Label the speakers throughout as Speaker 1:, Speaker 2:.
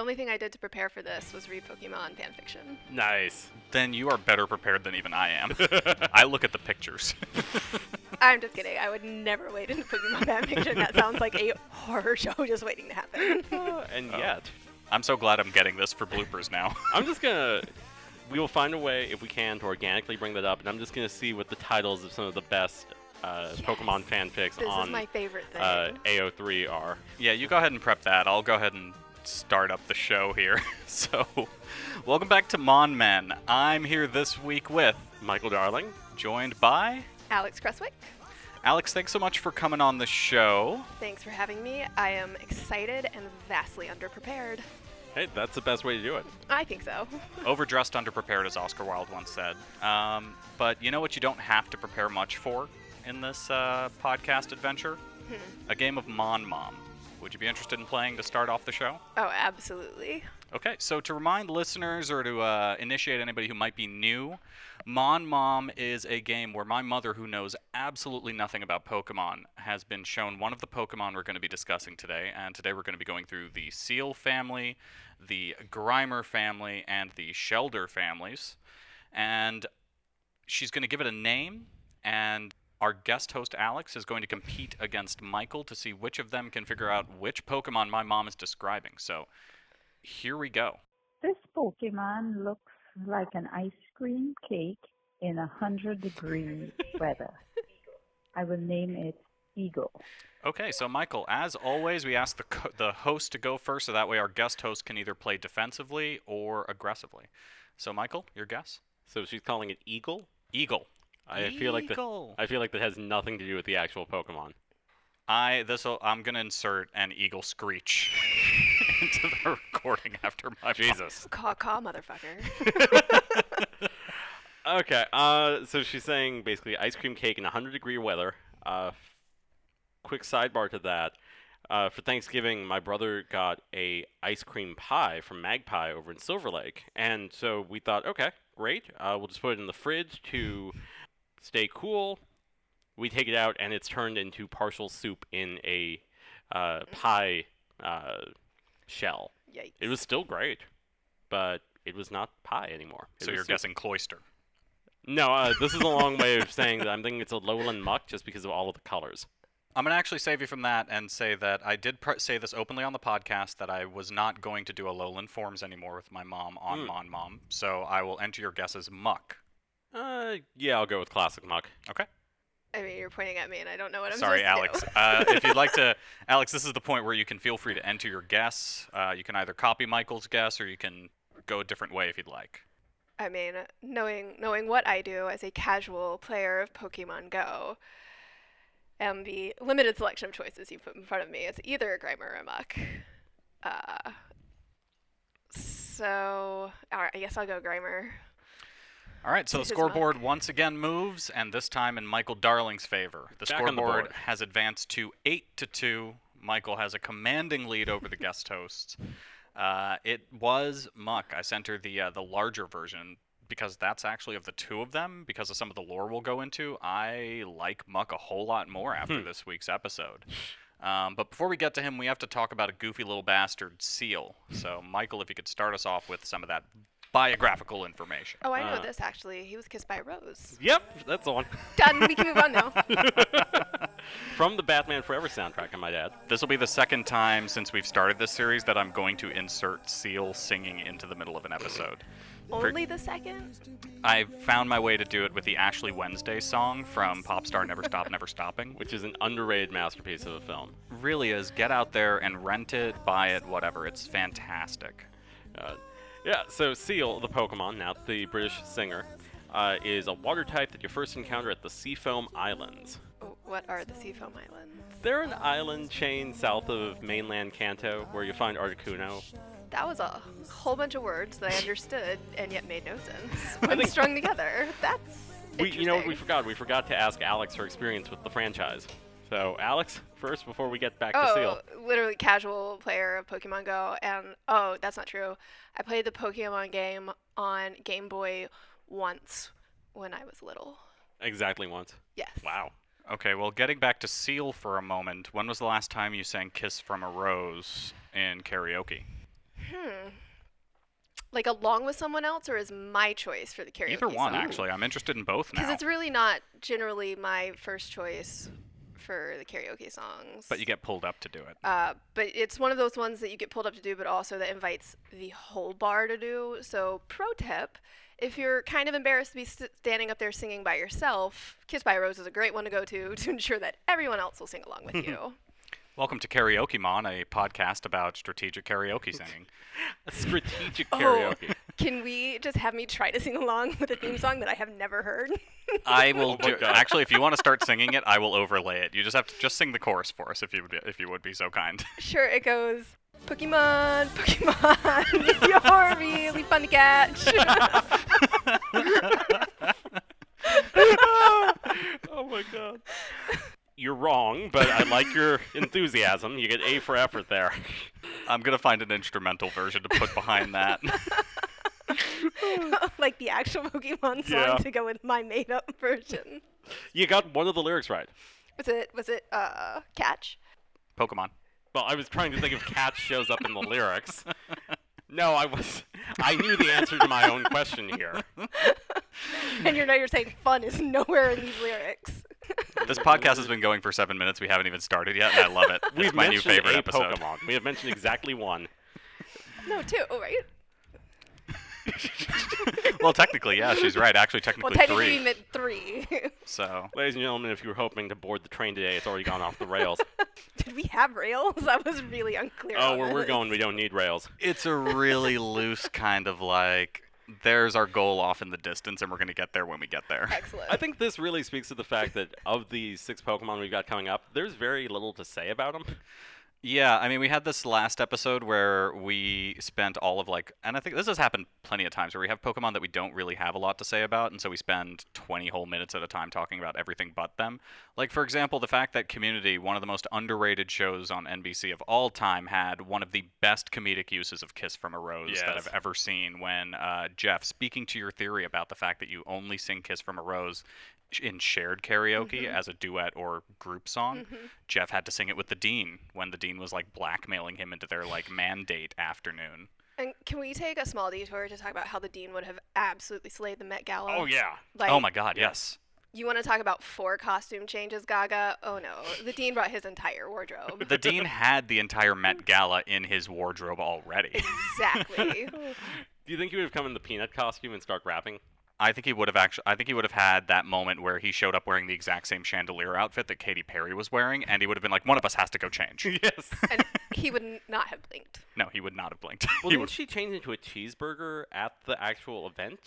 Speaker 1: only thing I did to prepare for this was read Pokemon fanfiction.
Speaker 2: Nice.
Speaker 3: Then you are better prepared than even I am. I look at the pictures.
Speaker 1: I'm just kidding. I would never wade into Pokemon fanfiction. That sounds like a horror show just waiting to happen.
Speaker 2: and yet,
Speaker 3: I'm so glad I'm getting this for bloopers now.
Speaker 2: I'm just gonna. We will find a way, if we can, to organically bring that up, and I'm just gonna see what the titles of some of the best uh, Pokemon fanfics
Speaker 1: this
Speaker 2: on
Speaker 1: is my favorite thing.
Speaker 2: uh, AO3 are.
Speaker 3: Yeah, you go ahead and prep that. I'll go ahead and start up the show here. so, welcome back to Mon Men. I'm here this week with,
Speaker 2: Michael Darling.
Speaker 3: joined by
Speaker 1: Alex Cresswick,
Speaker 3: Alex. Thanks so much for coming on the show.
Speaker 1: thanks for having me. I am excited and vastly underprepared.
Speaker 2: Hey, that's the best way to do it.
Speaker 1: I think so.
Speaker 3: Overdressed, underprepared, as Oscar Wilde once said. Um, but you know what you don't have to prepare much for in this uh, podcast adventure? A game of Mon Mom. Would you be interested in playing to start off the show?
Speaker 1: Oh, absolutely.
Speaker 3: Okay, so to remind listeners or to uh, initiate anybody who might be new, Mon Mom is a game where my mother, who knows absolutely nothing about Pokemon, has been shown one of the Pokemon we're going to be discussing today. And today we're going to be going through the Seal family, the Grimer family, and the Shelder families. And she's going to give it a name, and our guest host Alex is going to compete against Michael to see which of them can figure out which Pokemon my mom is describing. So here we go.
Speaker 4: This Pokemon looks like an ice cream cake in a hundred degree weather. I will name it Eagle.
Speaker 3: Okay, so Michael, as always, we ask the co- the host to go first, so that way our guest host can either play defensively or aggressively. So, Michael, your guess?
Speaker 2: So she's calling it Eagle.
Speaker 3: Eagle.
Speaker 2: I feel like that.
Speaker 3: Eagle.
Speaker 2: I feel like that has nothing to do with the actual Pokemon.
Speaker 3: I this will I'm gonna insert an eagle screech into the recording after my
Speaker 2: Jesus.
Speaker 1: Caw caw, motherfucker.
Speaker 2: Okay. Uh, so she's saying basically ice cream cake in 100 degree weather. Uh, quick sidebar to that. Uh, for Thanksgiving, my brother got a ice cream pie from Magpie over in Silver Lake, and so we thought, okay, great. Uh, we'll just put it in the fridge to stay cool. We take it out, and it's turned into partial soup in a uh, pie uh, shell.
Speaker 1: Yikes.
Speaker 2: It was still great, but it was not pie anymore. It
Speaker 3: So
Speaker 2: was
Speaker 3: you're
Speaker 2: soup.
Speaker 3: guessing cloister.
Speaker 2: No, uh, this is a long way of saying that I'm thinking it's a lowland muck just because of all of the colors.
Speaker 3: I'm going to actually save you from that and say that I did pr- say this openly on the podcast that I was not going to do a lowland forms anymore with my mom on
Speaker 2: Mm.
Speaker 3: Mon Mom. So I will enter your guess as muck.
Speaker 2: Uh, yeah, I'll go with classic muck.
Speaker 3: Okay.
Speaker 1: I mean, you're pointing at me, and I don't know what I'm
Speaker 3: Sorry,
Speaker 1: supposed
Speaker 3: Alex.
Speaker 1: to do.
Speaker 3: uh, if you'd like to, Alex, this is the point where you can feel free to enter your guess. Uh, you can either copy Michael's guess or you can go a different way if you'd like.
Speaker 1: I mean, knowing knowing what I do as a casual player of Pokemon Go, and the limited selection of choices you put in front of me, it's either a Grimer or a Muck. Uh, so, all right, I guess I'll go Grimer.
Speaker 3: All right, so the
Speaker 1: This is
Speaker 3: scoreboard once again moves, and this time in Michael Darling's favor. The
Speaker 2: Back on the
Speaker 3: scoreboard
Speaker 2: board.
Speaker 3: has advanced to eight to two. Michael has a commanding lead over the guest hosts. Uh, it was Muck. I sent her the uh, the larger version because that's actually of the two of them. Because of some of the lore we'll go into, I like Muck a whole lot more after
Speaker 2: Hmm.
Speaker 3: this week's episode. Um, but before we get to him, we have to talk about a goofy little bastard, Seal. So, Michael, if you could start us off with some of that biographical information.
Speaker 1: Oh, I know
Speaker 2: Uh.
Speaker 1: this actually. He was kissed by a rose.
Speaker 2: Yep, that's the one.
Speaker 1: Done. We can move on now.
Speaker 2: From the Batman Forever soundtrack, I might add.
Speaker 3: This will be the second time since we've started this series that I'm going to insert Seal singing into the middle of an episode.
Speaker 1: Only the second.
Speaker 3: I found my way to do it with the Ashley Wednesday song from Popstar Never Stop Never Stopping, which
Speaker 2: Which is an underrated masterpiece of a film.
Speaker 3: really is get out there and rent it, buy it, whatever. It's fantastic.
Speaker 2: Uh, yeah, so Seal, the Pokemon, now the British singer, uh, is a water type that you first encounter at the Seafoam Islands.
Speaker 1: Oh, What are the Seafoam Islands?
Speaker 2: They're an island chain south of mainland Kanto where you find Articuno.
Speaker 1: That was a whole bunch of words that I understood and yet made no sense when
Speaker 2: think-
Speaker 1: strung together. That's
Speaker 2: We, you know what we
Speaker 1: interesting.
Speaker 2: forgot? We forgot to ask Alex her experience with the franchise. So, Alex, first before we get back to
Speaker 1: Oh,
Speaker 2: Seal.
Speaker 1: literally casual player of Pokemon Go, and oh, that's not true. I played the Pokemon game on Game Boy once when I was little.
Speaker 2: Exactly once.
Speaker 1: Yes.
Speaker 2: Wow.
Speaker 3: Okay, well, getting back to Seal for a moment, when was the last time you sang Kiss from a Rose in karaoke?
Speaker 1: Hmm. Like along with someone else, or is my choice for the karaoke?
Speaker 3: Either one,
Speaker 1: song?
Speaker 3: actually. I'm interested in both
Speaker 1: Because
Speaker 3: now.
Speaker 1: it's really not generally my first choice for the karaoke songs.
Speaker 3: But you get pulled up to do it.
Speaker 1: Uh, but it's one of those ones that you get pulled up to do, but also that invites the whole bar to do. So, pro tip if you're kind of embarrassed to be st- standing up there singing by yourself, Kiss by a Rose is a great one to go to to ensure that everyone else will sing along with you.
Speaker 3: Welcome to Karaoke Mon, a podcast about strategic karaoke singing.
Speaker 2: Strategic
Speaker 1: Oh.
Speaker 2: karaoke.
Speaker 1: Can we just have me try to sing along with a theme song that I have never heard?
Speaker 3: I will
Speaker 2: my
Speaker 3: do,
Speaker 2: God.
Speaker 3: actually. If you want to start singing it, I will overlay it. You just have to just sing the chorus for us, if you would, be- if you would be so kind.
Speaker 1: sure, it goes Pokemon, Pokemon, you're really fun to catch.
Speaker 2: oh my god. You're wrong, but I like your enthusiasm. You get A for effort there.
Speaker 3: I'm gonna find an instrumental version to put behind that.
Speaker 1: like the actual Pokemon song
Speaker 2: Yeah.
Speaker 1: to go with my made up version.
Speaker 2: You got one of the lyrics right.
Speaker 1: Was it was it uh catch?
Speaker 3: Pokemon.
Speaker 2: Well, I was trying to think if cat shows up in the lyrics. No, I was. I knew the answer to my own question here.
Speaker 1: And you're now you're saying fun is nowhere in these lyrics.
Speaker 3: This podcast has been going for seven minutes. We haven't even started yet, and I love it. It's
Speaker 2: We've
Speaker 3: my new
Speaker 2: mentioned
Speaker 3: favorite
Speaker 2: a
Speaker 3: episode.
Speaker 2: Pokemon. We have mentioned exactly one.
Speaker 1: No, two, oh, right?
Speaker 3: well, technically, yeah, she's right. Actually,
Speaker 1: Well,
Speaker 3: technically
Speaker 1: technically
Speaker 3: three.
Speaker 1: we meant three.
Speaker 3: So
Speaker 2: Ladies and gentlemen, if you were hoping to board the train today, it's already gone off the rails.
Speaker 1: Did we have rails? I was really unclear.
Speaker 2: oh,
Speaker 1: on
Speaker 2: where we're
Speaker 1: this.
Speaker 2: going, we don't need rails.
Speaker 3: it's a really loose kind of like. There's our goal off in the distance, and we're gonna get there when we get there.
Speaker 1: Excellent.
Speaker 2: I think this really speaks to the fact that of the six Pokemon we've got coming up, there's very little to say about them.
Speaker 3: Yeah, I mean, we had this last episode where we spent all of like, and I think this has happened plenty of times where we have Pokemon that we don't really have a lot to say about, and so we spend 20 whole minutes at a time talking about everything but them. Like, for example, the fact that Community, one of the most underrated shows on NBC of all time, had one of the best comedic uses of Kiss from a Rose that
Speaker 2: Yes.
Speaker 3: I've ever seen when uh, Jeff, speaking to your theory about the fact that you only sing Kiss from a Rose sh- in shared karaoke
Speaker 1: Mhm.
Speaker 3: as a duet or group song.
Speaker 1: Mhm.
Speaker 3: Jeff had to sing it with the dean when the dean was like blackmailing him into their like mandate afternoon.
Speaker 1: And can we take a small detour to talk about how the dean would have absolutely slayed the Met Gala?
Speaker 2: yeah.
Speaker 1: Like,
Speaker 3: oh my god, yes.
Speaker 1: You want to talk about four costume changes, Gaga? Oh no, the dean brought his entire wardrobe.
Speaker 3: The dean had the entire Met Gala in his wardrobe already.
Speaker 1: exactly.
Speaker 2: Do you think you would have come in the peanut costume and start rapping?
Speaker 3: I think he would have actually I think he would have had that moment where he showed up wearing the exact same chandelier outfit that Katy Perry was wearing and he would have been like one of us has to go change.
Speaker 2: Yes.
Speaker 1: and he would n- not have blinked.
Speaker 3: No, he would not have blinked.
Speaker 2: Well,
Speaker 3: he
Speaker 2: didn't
Speaker 3: would,
Speaker 2: she change into a cheeseburger at the actual event?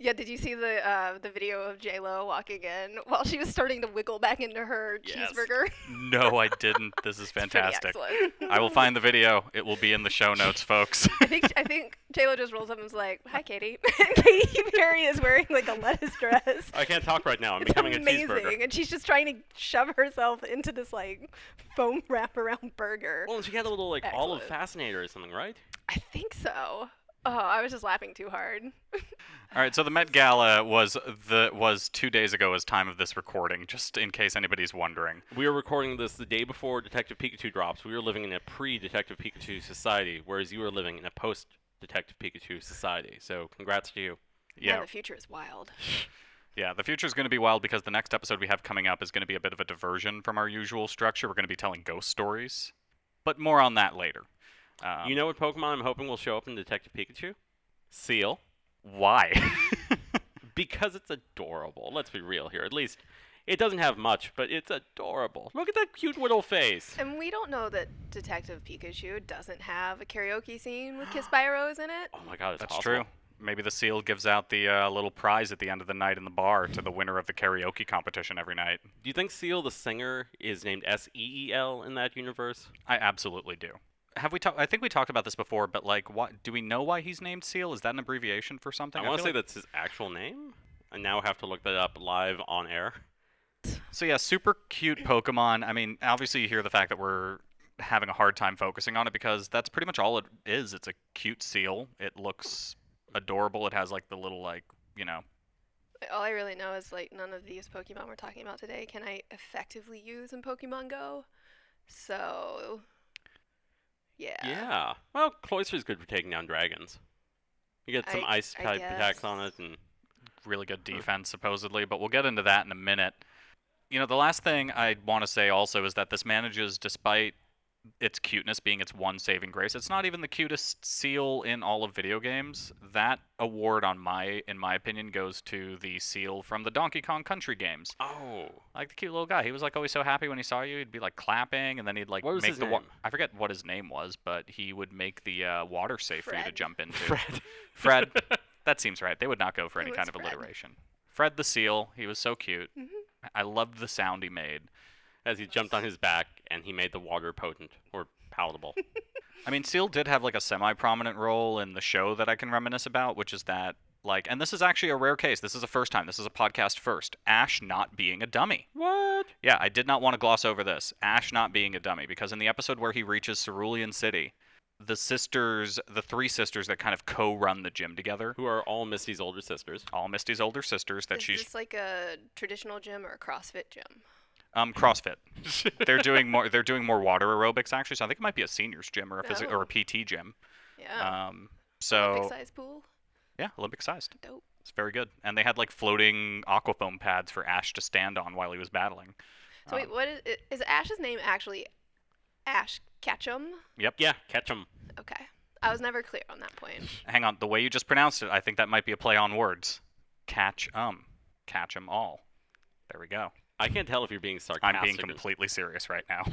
Speaker 1: Yeah, did you see the uh, the video of J Lo walking in while she was starting to wiggle back into her
Speaker 2: Yes.
Speaker 1: cheeseburger?
Speaker 3: no, I didn't. This is
Speaker 1: It's pretty
Speaker 3: fantastic.
Speaker 1: excellent.
Speaker 3: I will find the video. It will be in the show notes, folks.
Speaker 1: I think I think J Lo just rolls up and is like, "Hi, Katie." And Katy Perry is wearing like a lettuce dress.
Speaker 2: I can't talk right now. I'm
Speaker 1: It's
Speaker 2: becoming a
Speaker 1: amazing,
Speaker 2: cheeseburger.
Speaker 1: and she's just trying to shove herself into this like foam wrap around burger.
Speaker 2: Well, and she had a little like
Speaker 1: Excellent.
Speaker 2: olive fascinator or something, right?
Speaker 1: I think so. Oh, I was just laughing too hard.
Speaker 3: All right, so the Met Gala was the was two days ago as time of this recording, just in case anybody's wondering.
Speaker 2: We were recording this the day before Detective Pikachu drops. We were living in a pre-Detective Pikachu society, whereas you were living in a post-Detective Pikachu society. So, congrats to you.
Speaker 1: Man,
Speaker 3: Yeah,
Speaker 1: the future is wild.
Speaker 3: yeah. The future is going to be wild because the next episode we have coming up is going to be a bit of a diversion from our usual structure. We're going to be telling ghost stories, but more on that later. Um,
Speaker 2: you know what Pokemon I'm hoping will show up in Detective Pikachu? Seal,
Speaker 3: why?
Speaker 2: because it's adorable. Let's be real here. At least it doesn't have much, but it's adorable. Look at that cute little face.
Speaker 1: And we don't know that Detective Pikachu doesn't have a karaoke scene with Kiss by a Rose in it.
Speaker 2: Oh my god, it's
Speaker 3: That's
Speaker 2: possible.
Speaker 3: true. Maybe the seal E gives out the uh, little prize at the end of the night in the bar to the winner of the karaoke competition every night.
Speaker 2: Do you think Seal the singer is named S E E L in that universe?
Speaker 3: I absolutely do. Have we talked? I think we talked about this before, but like, what do we know why he's named Seal? Is that an abbreviation for something?
Speaker 2: I want to
Speaker 3: feel
Speaker 2: say
Speaker 3: like-
Speaker 2: that's his actual name. I now have to look that up live on air.
Speaker 3: So yeah, super cute Pokemon. I mean, obviously you hear the fact that we're having a hard time focusing on it because that's pretty much all it is. It's a cute seal. It looks adorable. It has like the little like you know.
Speaker 1: All I really know is like none of these Pokemon we're talking about today can I effectively use in Pokemon Go. So Yeah.
Speaker 2: Yeah. Well, cloister's good for taking down dragons. You get some
Speaker 1: I-
Speaker 2: ice
Speaker 1: I
Speaker 2: type attacks
Speaker 1: guess.
Speaker 2: on it, and
Speaker 3: really good defense supposedly, but we'll get into that in a minute. You know, the last thing I want to say also is that this manages despite its cuteness being its one saving grace. It's not even the cutest seal in all of video games. That award on my in my opinion goes to the seal from the Donkey Kong Country games.
Speaker 2: oh,
Speaker 3: Like the cute little guy. He was like always so happy when he saw you. He'd be like clapping and then he'd like
Speaker 2: What was
Speaker 3: make
Speaker 2: his
Speaker 3: the wa-
Speaker 2: name?
Speaker 3: I forget what his name was, but he would make the uh, water safe for you to
Speaker 1: Fred.
Speaker 3: jump into.
Speaker 2: Fred.
Speaker 3: Fred. That seems right. They would not go for
Speaker 1: It
Speaker 3: any
Speaker 1: was
Speaker 3: kind of
Speaker 1: Fred.
Speaker 3: alliteration. Fred the Seal. He was so cute.
Speaker 1: Mhm.
Speaker 3: I loved the sound he made.
Speaker 2: As he jumped on his back, and he made the water potent or palatable.
Speaker 3: I mean, Seal did have like a semi-prominent role in the show that I can reminisce about, which is that like, and this is actually a rare case. This is a first time. This is a podcast first. Ash not being a dummy.
Speaker 2: what?
Speaker 3: Yeah, I did not want to gloss over this. Ash not being a dummy, because in the episode where he reaches Cerulean City, the sisters, the three sisters that kind of co-run the gym together,
Speaker 2: Who are all Misty's older sisters?
Speaker 3: all Misty's older sisters that
Speaker 1: Is
Speaker 3: she's
Speaker 1: this like a traditional gym or a CrossFit gym?
Speaker 3: Um, CrossFit. they're doing more. They're doing more water aerobics actually. So I think it might be a seniors gym or a phys- or
Speaker 1: Oh.
Speaker 3: a PT gym.
Speaker 1: Yeah.
Speaker 3: Um, so
Speaker 1: Olympic size pool.
Speaker 3: yeah, Olympic sized.
Speaker 1: Dope.
Speaker 3: It's very good. And they had like floating aquafoam pads for Ash to stand on while he was battling.
Speaker 1: So wait,
Speaker 3: Um,
Speaker 1: what is, i- is Ash's name actually Ash Ketchum?
Speaker 3: Yep.
Speaker 2: Yeah, catch 'em.
Speaker 1: Okay. I was never clear on that point.
Speaker 3: Hang on. The way you just pronounced it, I think that might be a play on words. Catch um, catch 'em all. There we go.
Speaker 2: I can't tell if you're being sarcastic.
Speaker 3: I'm being
Speaker 2: or-
Speaker 3: completely serious right now.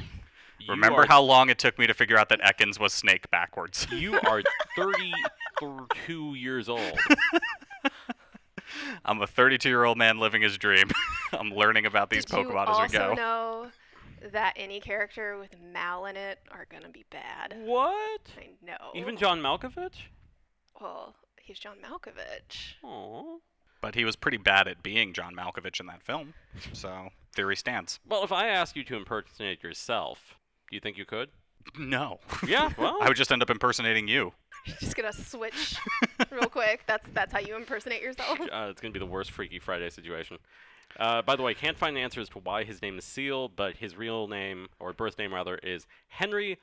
Speaker 2: You
Speaker 3: Remember
Speaker 2: are-
Speaker 3: how long it took me to figure out that Ekans was snake backwards.
Speaker 2: you are 32 years old.
Speaker 3: I'm a 32 year old man living his dream. I'm learning about these
Speaker 1: Did you
Speaker 3: Pokemon as
Speaker 1: also
Speaker 3: we go.
Speaker 1: know that any character with Mal in it are gonna be bad?
Speaker 3: Mm.
Speaker 2: What?
Speaker 1: I know.
Speaker 2: Even John Malkovich?
Speaker 1: Well, he's John Malkovich.
Speaker 2: Aww.
Speaker 3: But he was pretty bad at being John Malkovich in that film. So theory stands.
Speaker 2: Well, if I asked you to impersonate yourself, do you think you could?
Speaker 3: No.
Speaker 2: Yeah, well.
Speaker 3: I would just end up impersonating you.
Speaker 1: She's just gonna switch real quick. That's that's how you impersonate yourself.
Speaker 2: uh, it's going to be the worst Freaky Friday situation. Uh, by the way, can't find the answer as to why his name is Seal, but his real name, or birth name rather, is Henry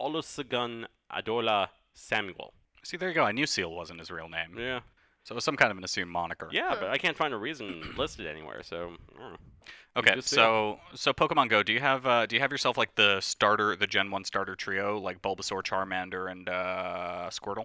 Speaker 2: Olusegun Adola Samuel.
Speaker 3: See, there you go. I knew Seal wasn't his real name.
Speaker 2: Yeah.
Speaker 3: So it was some kind of an assumed moniker.
Speaker 2: Yeah, but I can't find a reason listed anywhere, so. I don't know.
Speaker 3: Okay.
Speaker 2: just
Speaker 3: So so Pokemon Go, do you have uh, do you have yourself like the starter the Gen 1 starter trio, like Bulbasaur, Charmander, and uh, Squirtle?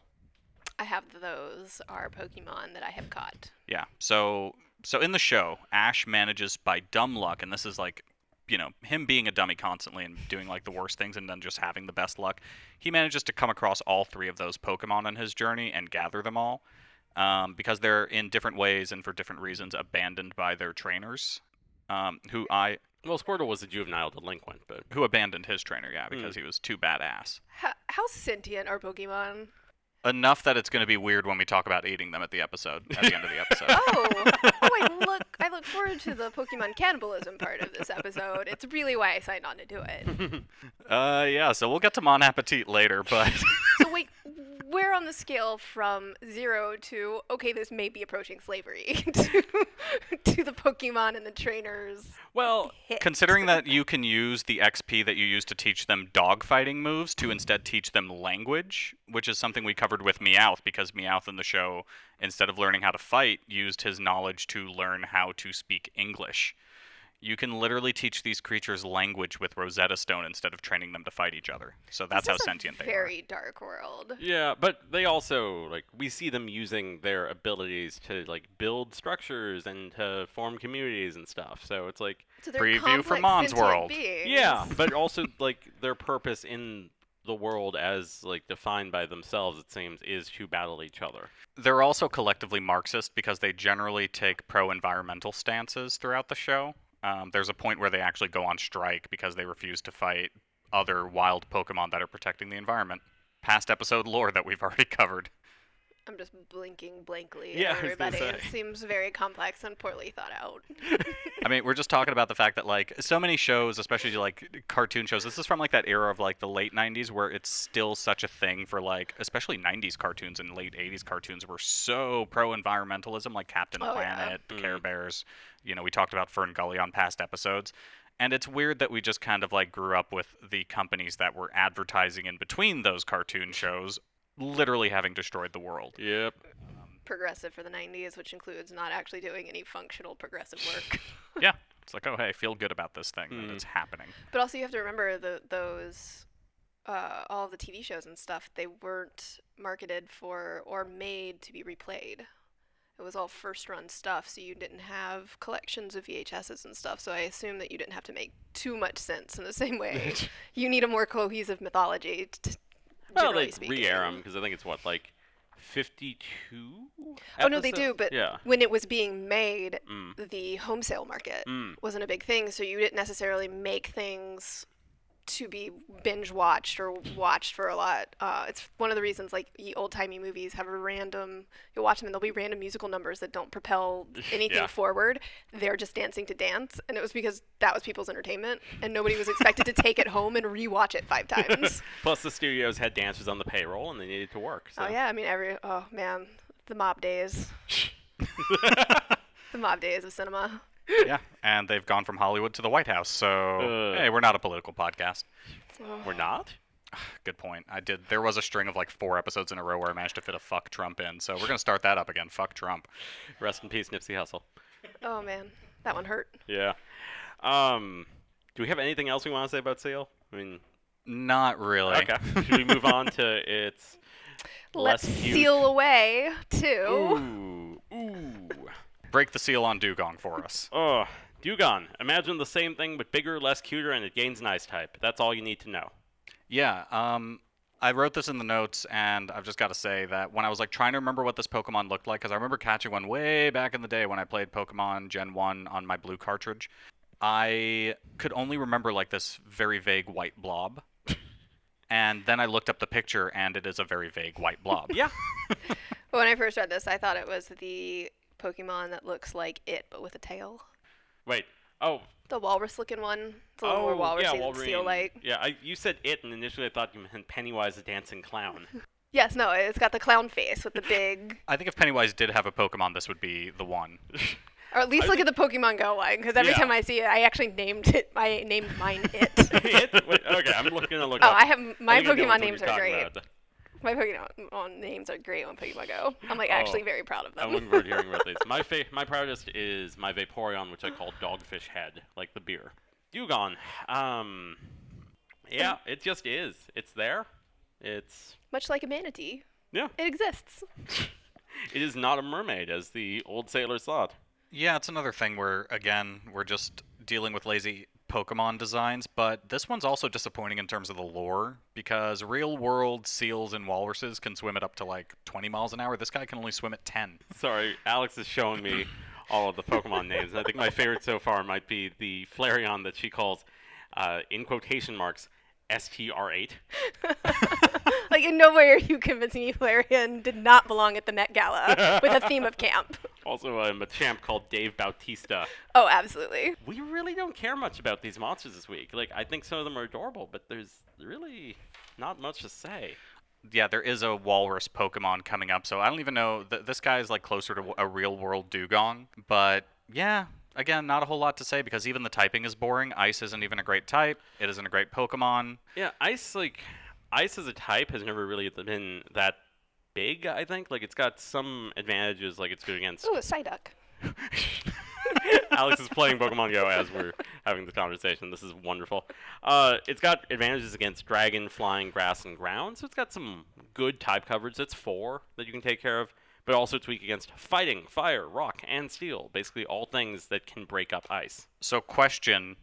Speaker 1: I have those are Pokemon that I have caught.
Speaker 3: Yeah. So so in the show, Ash manages by dumb luck, and this is like you know him being a dummy constantly and doing like the worst things and then just having the best luck. He manages to come across all three of those Pokemon on his journey and gather them all. Um, because they're in different ways and for different reasons abandoned by their trainers, um, who I
Speaker 2: Well, Squirtle was a juvenile delinquent, but.
Speaker 3: who abandoned his trainer, yeah, because he was too badass.
Speaker 1: How, how sentient are Pokemon?
Speaker 3: Enough that it's going to be weird when we talk about eating them at the episode at the end of the episode.
Speaker 1: Oh, oh! I look, I look forward to the Pokemon cannibalism part of this episode. It's really why I signed on to do it.
Speaker 3: Uh, yeah, so we'll get to Mon Appetit later, but
Speaker 1: So wait, we're on the scale from zero to okay, this may be approaching slavery to, to the Pokemon and the trainers.
Speaker 2: Well,
Speaker 1: Hit.
Speaker 3: Considering that you can use the XP that you use to teach them dogfighting moves to instead teach them language, which is something we covered with Meowth, because Meowth in the show, instead of learning how to fight, used his knowledge to learn how to speak English. You can literally teach these creatures language with Rosetta Stone instead of training them to fight each other. So that's
Speaker 1: This
Speaker 3: how
Speaker 1: is a
Speaker 3: sentient they are.
Speaker 1: Very dark world.
Speaker 2: Yeah, but they also like we see them using their abilities to like build structures and to form communities and stuff. So it's like
Speaker 1: So they're
Speaker 3: Preview for
Speaker 1: complex
Speaker 3: Mon's
Speaker 1: sentient
Speaker 3: World.
Speaker 1: beings.
Speaker 2: yeah, but also like their purpose in the world as like defined by themselves it seems is to battle each other.
Speaker 3: They're also collectively Marxist because they generally take pro environmental stances throughout the show. Um, there's a point where they actually go on strike because they refuse to fight other wild Pokemon that are protecting the environment. Past episode lore that we've already covered.
Speaker 1: I'm just blinking blankly.
Speaker 2: Yeah,
Speaker 1: Yeah,
Speaker 2: I was gonna
Speaker 1: everybody. It
Speaker 2: say.
Speaker 1: seems very complex and poorly thought out.
Speaker 3: I mean, we're just talking about the fact that, like, so many shows, especially like cartoon shows, this is from like that era of like the late 90s where it's still such a thing for like, especially 90s cartoons and late 80s cartoons were so pro environmentalism, like Captain
Speaker 1: Oh, yeah.
Speaker 3: Planet,
Speaker 2: Mm.
Speaker 3: Care Bears. You know, we talked about Fern Gully on past episodes. And it's weird that we just kind of like grew up with the companies that were advertising in between those cartoon shows literally having destroyed the world.
Speaker 2: Yep.
Speaker 1: Progressive for the 90s, which includes not actually doing any functional progressive work.
Speaker 3: yeah. It's like, oh, hey, feel good about this thing
Speaker 2: Mm.
Speaker 3: that it's happening.
Speaker 1: But also, you have to remember the, those, uh, all the TV shows and stuff, they weren't marketed for or made to be replayed. It was all first run stuff, so you didn't have collections of VHSs and stuff. So I assume that you didn't have to make too much sense in the same way. you need a more cohesive mythology. T- t-
Speaker 2: Well,
Speaker 1: generally
Speaker 2: they
Speaker 1: speaking.
Speaker 2: re-air them because I think it's what like fifty-two.
Speaker 1: Oh no, they do. But
Speaker 2: yeah.
Speaker 1: when it was being made,
Speaker 2: Mm.
Speaker 1: the home sale market
Speaker 2: Mm.
Speaker 1: wasn't a big thing, so you didn't necessarily make things to be binge watched or watched for a lot. Uh, it's one of the reasons like the old timey movies have a random. You'll watch them and there'll be random musical numbers that don't propel anything
Speaker 2: Yeah.
Speaker 1: forward. They're just dancing to dance, and it was because that was people's entertainment, and nobody was expected to take it home and rewatch it five times.
Speaker 2: Plus, the studios had dancers on the payroll, and they needed to work. So.
Speaker 1: Oh yeah, I mean every. Oh man, the mob days. the mob days of cinema.
Speaker 3: yeah. And they've gone from Hollywood to the White House. So,
Speaker 2: Uh.
Speaker 3: hey, we're not a political podcast. Ah,
Speaker 2: We're not.
Speaker 3: Good point. I did. There was a string of like four episodes in a row where I managed to fit a fuck Trump in. So, we're going to start that up again. Fuck Trump.
Speaker 2: Rest in peace, Nipsey Hussle.
Speaker 1: Oh man, that one hurt.
Speaker 2: Yeah. Um, do we have anything else we want to say about Seal? I mean,
Speaker 3: Not really.
Speaker 2: okay. Should we move on to its
Speaker 1: Let's
Speaker 2: less cute-
Speaker 1: seal away too.
Speaker 2: Ooh, ooh.
Speaker 3: Break the seal on Dugong for us.
Speaker 2: Oh, Dugon. Imagine the same thing but bigger, less cuter, and it gains an ice type. That's all you need to know.
Speaker 3: Yeah, um, I wrote this in the notes, and I've just got to say that when I was like trying to remember what this Pokemon looked like, because I remember catching one way back in the day when I played Pokemon Gen 1 on my blue cartridge, I could only remember like this very vague white blob. and then I looked up the picture, and it is a very vague white blob.
Speaker 2: Yeah.
Speaker 1: When I first read this, I thought it was the Pokemon that looks like it but with a tail.
Speaker 2: Wait. Oh.
Speaker 1: The walrus looking one. It's a little
Speaker 2: Oh,
Speaker 1: more walrus
Speaker 2: yeah,
Speaker 1: than seal like.
Speaker 2: Yeah, I, you said it, and initially I thought you meant Pennywise the dancing clown.
Speaker 1: Yes, no, it's got the clown face with the big
Speaker 3: I think if Pennywise did have a Pokemon, this would be the one.
Speaker 1: or at least look at the Pokemon Go one, because every
Speaker 2: Yeah.
Speaker 1: time I see it I actually named it I named mine it.
Speaker 2: it? Wait, okay, I'm looking to look.
Speaker 1: Oh,
Speaker 2: up.
Speaker 1: I have my
Speaker 2: think I know
Speaker 1: Pokemon
Speaker 2: what
Speaker 1: names
Speaker 2: you're
Speaker 1: are
Speaker 2: talking
Speaker 1: great.
Speaker 2: about.
Speaker 1: My Pokemon names are great on Pokemon Go. I'm like
Speaker 2: Oh.
Speaker 1: actually very proud of
Speaker 2: I'm
Speaker 1: them.
Speaker 2: looking forward to hearing about these. My fa- my proudest is my Vaporeon, which I call Dogfish Head, like the beer. Dugon. Um, yeah, it just is. It's there. It's
Speaker 1: Much like a manatee,
Speaker 2: yeah.
Speaker 1: it exists.
Speaker 2: It is not a mermaid, as the old sailors thought.
Speaker 3: Yeah, it's another thing where again we're just dealing with lazy Pokemon designs, but this one's also disappointing in terms of the lore because real world seals and walruses can swim at up to like 20 miles an hour. This guy can only swim at 10.
Speaker 2: Sorry, Alex is showing me all of the Pokemon names. and I think my favorite so far might be the Flareon that she calls, uh, in quotation marks, STR8.
Speaker 1: Like in no way are you convincing me Flareon did not belong at the Met Gala with a theme of camp.
Speaker 2: Also, um, a champ called Dave Bautista.
Speaker 1: Oh, absolutely.
Speaker 2: we really don't care much about these monsters this week. Like, I think some of them are adorable, but there's really not much to say.
Speaker 3: Yeah, there is a walrus Pokemon coming up, so I don't even know. Th- this guy is like closer to a real world dugong, but yeah. Again, not a whole lot to say because even the typing is boring. Ice isn't even a great type. It isn't a great Pokemon.
Speaker 2: Yeah, ice like ice as a type has never really been that big. I think like it's got some advantages. Like it's good against.
Speaker 1: Ooh, a Psyduck.
Speaker 2: Alex is playing Pokemon Go as we're having the conversation. This is wonderful. Uh, it's got advantages against dragon, flying, grass, and ground. So it's got some good type coverage. That's four that you can take care of. But also it's weak against fighting, fire, rock, and steel. Basically all things that can break up ice.
Speaker 3: So, question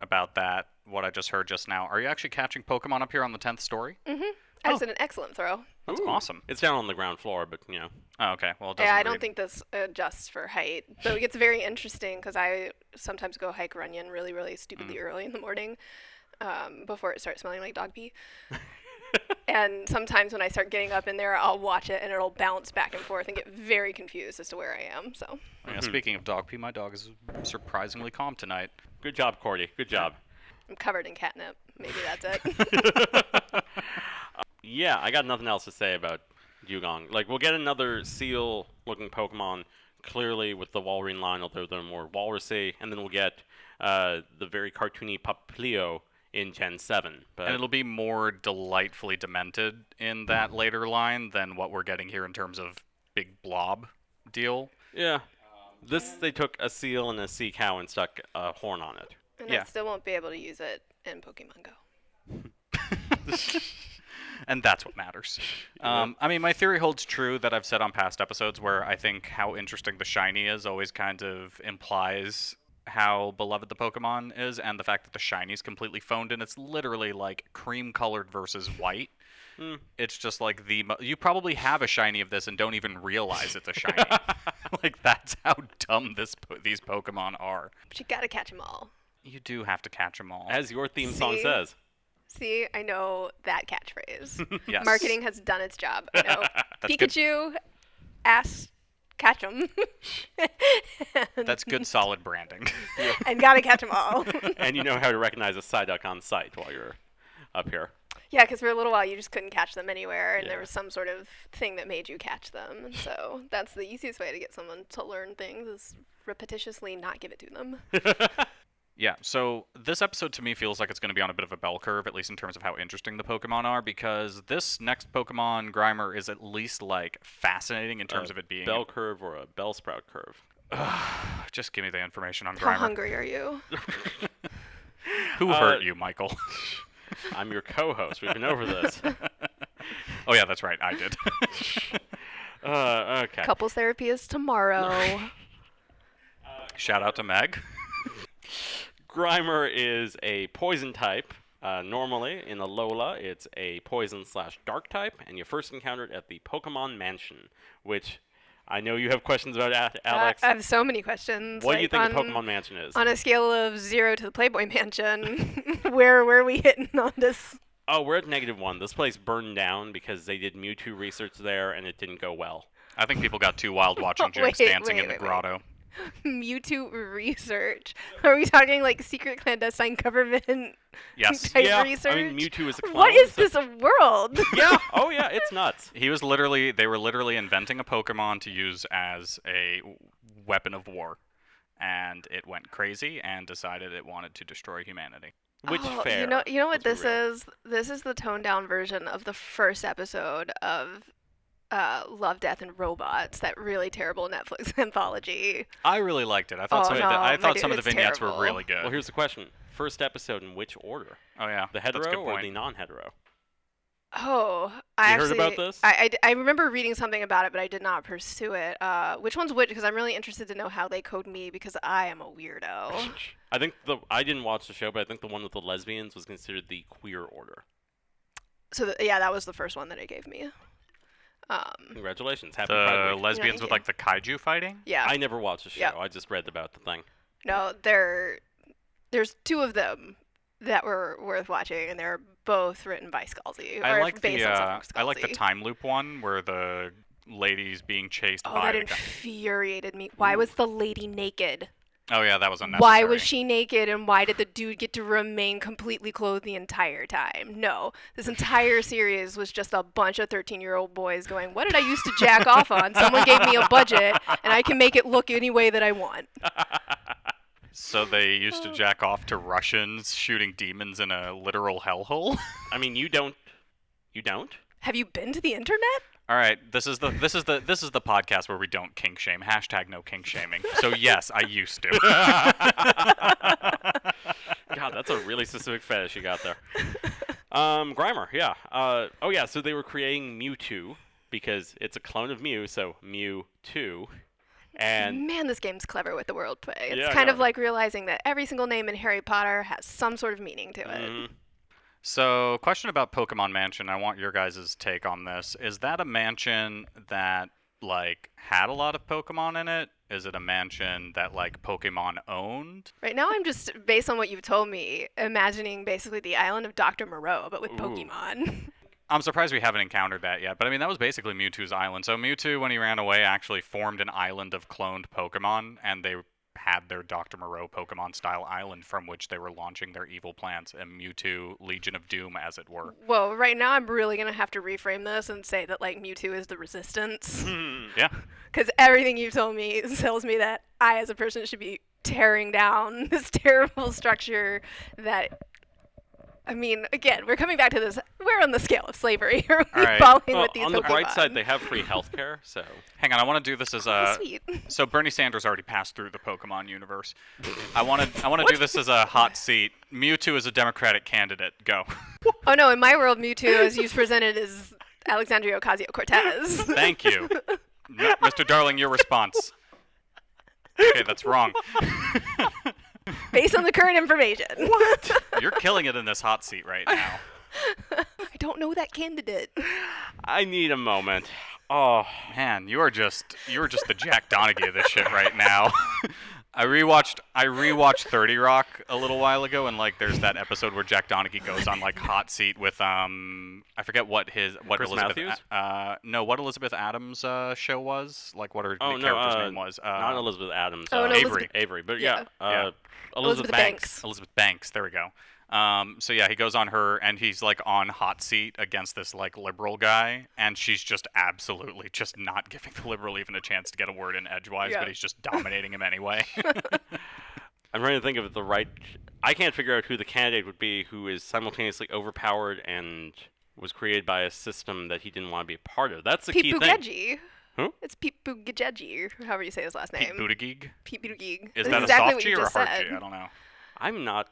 Speaker 3: about that, what I just heard just now. Are you actually catching Pokemon up here on the 10th story?
Speaker 1: Mm-hmm. I just did an excellent throw.
Speaker 3: That's
Speaker 2: Ooh.
Speaker 3: awesome.
Speaker 2: It's down on the ground floor, but you know.
Speaker 3: Oh, okay. Well, it doesn't
Speaker 1: Yeah, I don't
Speaker 3: read-
Speaker 1: think this adjusts for height, but it gets very interesting because I sometimes go hike Runyon really, really stupidly
Speaker 3: Mm.
Speaker 1: early in the morning um, before it starts smelling like dog pee. and sometimes when I start getting up in there, I'll watch it and it'll bounce back and forth and get very confused as to where I am. So
Speaker 3: Yeah, Speaking of dog pee, my dog is surprisingly calm tonight.
Speaker 2: Good job, Cordy. Good job.
Speaker 1: I'm covered in catnip. Maybe that's it.
Speaker 2: Yeah, I got nothing else to say about Dugong. Like, we'll get another seal looking Pokemon clearly with the Walrein line, although they're more walrusy. And then we'll get uh, the very cartoony Papilio in Gen 7. But
Speaker 3: And it'll be more delightfully demented in that later line than what we're getting here in terms of big blob deal.
Speaker 2: yeah. This, they took a seal and a sea cow and stuck a horn on it.
Speaker 1: And
Speaker 3: Yeah.
Speaker 1: I still won't be able to use it in Pokemon Go.
Speaker 3: and that's what matters. Um, I mean, my theory holds true that I've said on past episodes where I think how interesting the shiny is always kind of implies how beloved the Pokemon is, and the fact that the shiny's completely phoned in. It's literally like cream colored versus white.
Speaker 2: Hmm.
Speaker 3: It's just like the mo- you probably have a shiny of this and don't even realize it's a shiny. like that's how dumb this po- these Pokemon are.
Speaker 1: But you gotta catch them all.
Speaker 3: You do have to catch them all.
Speaker 2: As your theme song
Speaker 1: See?
Speaker 2: says.
Speaker 1: See, I know that catchphrase.
Speaker 3: Yes.
Speaker 1: Marketing has done its job. I know.
Speaker 3: That's good.
Speaker 1: Pikachu, ass, catch 'em, and,
Speaker 3: That's good solid branding.
Speaker 1: and gotta catch 'em all.
Speaker 2: and you know how to recognize a Psyduck on sight while you're up here.
Speaker 1: yeah, because for a little while you just couldn't catch them anywhere, and
Speaker 2: Yeah.
Speaker 1: there was some sort of thing that made you catch them. And so that's the easiest way to get someone to learn things is repetitiously not give it to them.
Speaker 3: Yeah, so this episode to me feels like it's going to be on a bit of a bell curve, at least in terms of how interesting the Pokemon are, because this next Pokemon Grimer is at least like fascinating in terms
Speaker 2: A
Speaker 3: of it being.
Speaker 2: Bell curve or a bell sprout curve.
Speaker 3: Just give me the information on
Speaker 1: How
Speaker 3: Grimer.
Speaker 1: hungry are you?
Speaker 3: Who
Speaker 2: Uh,
Speaker 3: hurt you, Michael?
Speaker 2: I'm your co-host. We've been over this.
Speaker 3: oh yeah, that's right, I did.
Speaker 2: Uh, okay.
Speaker 1: Couples therapy is tomorrow.
Speaker 3: Shout out to Meg.
Speaker 2: Grimer is a poison type. Uh, normally in Alola, it's a poison slash dark type, and you first encountered at the Pokemon Mansion, which I know you have questions about, A- Alex.
Speaker 1: Uh, I, I have so many questions.
Speaker 2: what do you
Speaker 1: like,
Speaker 2: think
Speaker 1: on,
Speaker 2: the Pokemon Mansion is?
Speaker 1: on a scale of zero to the Playboy Mansion, where where are we hitting on this?
Speaker 2: oh, we're at negative one. This place burned down because they did Mewtwo research there, and it didn't go well.
Speaker 3: I think people got too wild watching Jinx
Speaker 1: Wait,
Speaker 3: dancing in
Speaker 1: wait,
Speaker 3: the
Speaker 1: wait, wait.
Speaker 3: grotto.
Speaker 1: Mewtwo research? Are we talking like secret clandestine government
Speaker 3: Yes.
Speaker 1: type
Speaker 2: yeah,
Speaker 1: research?
Speaker 2: I mean Mewtwo is a clone.
Speaker 1: what is
Speaker 2: so-
Speaker 1: this world?
Speaker 2: yeah. Oh yeah, it's nuts.
Speaker 3: He was literally they were literally inventing a Pokemon to use as a weapon of war. And it went crazy and decided it wanted to destroy humanity.
Speaker 2: Which
Speaker 1: Oh,
Speaker 2: fair.
Speaker 1: You know, you know what this
Speaker 2: let's be real.
Speaker 1: is? This is the toned down version of the first episode of uh, Love, Death, and Robots, that really terrible Netflix anthology.
Speaker 3: I really liked it. I thought
Speaker 1: Oh,
Speaker 3: some
Speaker 1: no,
Speaker 3: of the, I
Speaker 1: my
Speaker 3: thought
Speaker 1: dude,
Speaker 3: some of the
Speaker 1: it's
Speaker 3: vignettes
Speaker 1: terrible.
Speaker 3: were really good.
Speaker 2: Well, here's the question: First episode in which order?
Speaker 3: oh yeah,
Speaker 2: The
Speaker 3: That's a
Speaker 2: hetero
Speaker 3: good
Speaker 2: or
Speaker 3: point.
Speaker 2: the non-hetero?
Speaker 1: Oh, I
Speaker 2: You heard
Speaker 1: actually,
Speaker 2: about this?
Speaker 1: I, I d- I remember reading something about it, but I did not pursue it. Uh, which one's which? Because I'm really interested to know how they code me because I am a weirdo.
Speaker 2: I think the I didn't watch the show, but I think the one with the lesbians was considered the queer order.
Speaker 1: so th- yeah, that was the first one that it gave me. Um,
Speaker 2: Congratulations, happy Pride
Speaker 3: the
Speaker 2: Week.
Speaker 3: lesbians
Speaker 1: thank
Speaker 3: with
Speaker 1: you.
Speaker 3: like the kaiju fighting.
Speaker 1: yeah.
Speaker 2: I never watched the show.
Speaker 1: Yeah.
Speaker 2: I just read about the thing.
Speaker 1: No, there, there's two of them that were worth watching, and they're both written by Scalzi.
Speaker 3: I
Speaker 1: or
Speaker 3: like the
Speaker 1: based on
Speaker 3: uh,
Speaker 1: something
Speaker 3: I like the
Speaker 1: Scalzi.
Speaker 3: time loop one where the ladies being chased
Speaker 1: Oh,
Speaker 3: by
Speaker 1: that
Speaker 3: the guy.
Speaker 1: infuriated me. Why was the lady naked?
Speaker 3: Oh yeah, that was unnecessary.
Speaker 1: Why was she naked, and why did the dude get to remain completely clothed the entire time? No, this entire series was just a bunch of 13-year-old boys going, "What did I used to jack off on? Someone gave me a budget, and I can make it look any way that I want."
Speaker 3: So they used to jack off to Russians shooting demons in a literal hellhole.
Speaker 2: I mean, you don't, you don't.
Speaker 1: Have you been to the internet?
Speaker 3: All right, this is the this is the this is the podcast where we don't kink shame. Hashtag no kink shaming. So yes, I used to.
Speaker 2: God, that's a really specific fetish you got there. Um, Grimer, yeah. Uh, oh yeah. So they were creating Mewtwo because it's a clone of Mew, so Mewtwo, and
Speaker 1: Man, this game's clever with the world play. It's
Speaker 2: Yeah,
Speaker 1: kind
Speaker 2: yeah.
Speaker 1: of like realizing that every single name in Harry Potter has some sort of meaning to it.
Speaker 2: Mhm.
Speaker 3: So, question about Pokemon Mansion. I want your guys' take on this. Is that a mansion that like had a lot of Pokemon in it? Is it a mansion that like Pokemon owned?
Speaker 1: Right now, I'm just, based on what you've told me, imagining basically the island of Dr. Moreau, but with
Speaker 2: Ooh.
Speaker 1: Pokemon.
Speaker 3: I'm surprised we haven't encountered that yet. But I mean, that was basically Mewtwo's island. So Mewtwo, when he ran away, actually formed an island of cloned Pokemon, and they had their Dr. Moreau Pokemon style island from which they were launching their evil plans and Mewtwo Legion of Doom, as it were.
Speaker 1: Well, right now I'm really gonna have to reframe this and say that like Mewtwo is the resistance,
Speaker 2: Mm-hmm.
Speaker 3: Yeah.
Speaker 1: because everything you've told me tells me that I, as a person, should be tearing down this terrible structure. That, I mean, again, we're coming back to this. We're on the scale of slavery. here. we
Speaker 3: All right.
Speaker 1: falling
Speaker 2: Well,
Speaker 1: with these
Speaker 2: on the bright
Speaker 1: Pokemon?
Speaker 2: side, they have free healthcare, so
Speaker 3: Hang on, I want to do this as
Speaker 1: Oh,
Speaker 3: a.
Speaker 1: sweet.
Speaker 3: So Bernie Sanders already passed through the Pokemon universe. I want to I want to do this as a hot seat. Mewtwo is a Democratic candidate. Go.
Speaker 1: Oh no! In my world, Mewtwo, as you presented, is Alexandria Ocasio Cortez.
Speaker 3: Thank you, M- Mr. Darling. Your response. Okay, that's wrong.
Speaker 1: based on the current information. What?
Speaker 3: You're killing it in this hot seat right now.
Speaker 1: I don't know that candidate.
Speaker 2: I need a moment. Oh,
Speaker 3: Man, you are just you are just the Jack Donaghy of this shit right now. I rewatched I rewatched 30 Rock a little while ago and like there's that episode where Jack Donaghy goes on like hot seat with um I forget what his what
Speaker 2: Chris
Speaker 3: Elizabeth
Speaker 2: Matthews?
Speaker 3: A- uh no what Elizabeth Adams uh show was like what her
Speaker 2: oh
Speaker 3: character's
Speaker 2: no, uh,
Speaker 3: name was uh
Speaker 2: not Elizabeth Adams.
Speaker 1: Oh,
Speaker 2: uh,
Speaker 1: no,
Speaker 2: Avery,
Speaker 1: Elizabeth-
Speaker 2: Avery, but
Speaker 1: yeah.
Speaker 2: yeah, uh, Elizabeth,
Speaker 1: Elizabeth Banks.
Speaker 3: Elizabeth Banks. There we go. Um, so yeah, he goes on her, and he's like on hot seat against this like liberal guy, and she's just absolutely just not giving the liberal even a chance to get a word in edgewise,
Speaker 1: Yeah.
Speaker 3: but he's just dominating him anyway.
Speaker 2: I'm trying to think of the right. I can't figure out who the candidate would be who is simultaneously overpowered and was created by a system that he didn't want to be a part of. That's the
Speaker 1: Pete
Speaker 2: key thing.
Speaker 1: Buttigiago.
Speaker 2: Who?
Speaker 1: It's Pete Buttigieg, or however you say his last
Speaker 3: Pete
Speaker 1: name.
Speaker 3: Buttigieg.
Speaker 1: Pete Buttigieg. That's
Speaker 3: Is that
Speaker 1: exactly
Speaker 3: a soft
Speaker 1: what
Speaker 3: G
Speaker 1: you
Speaker 3: or a
Speaker 1: just
Speaker 3: hard
Speaker 1: said.
Speaker 3: G? I don't know.
Speaker 2: I'm not.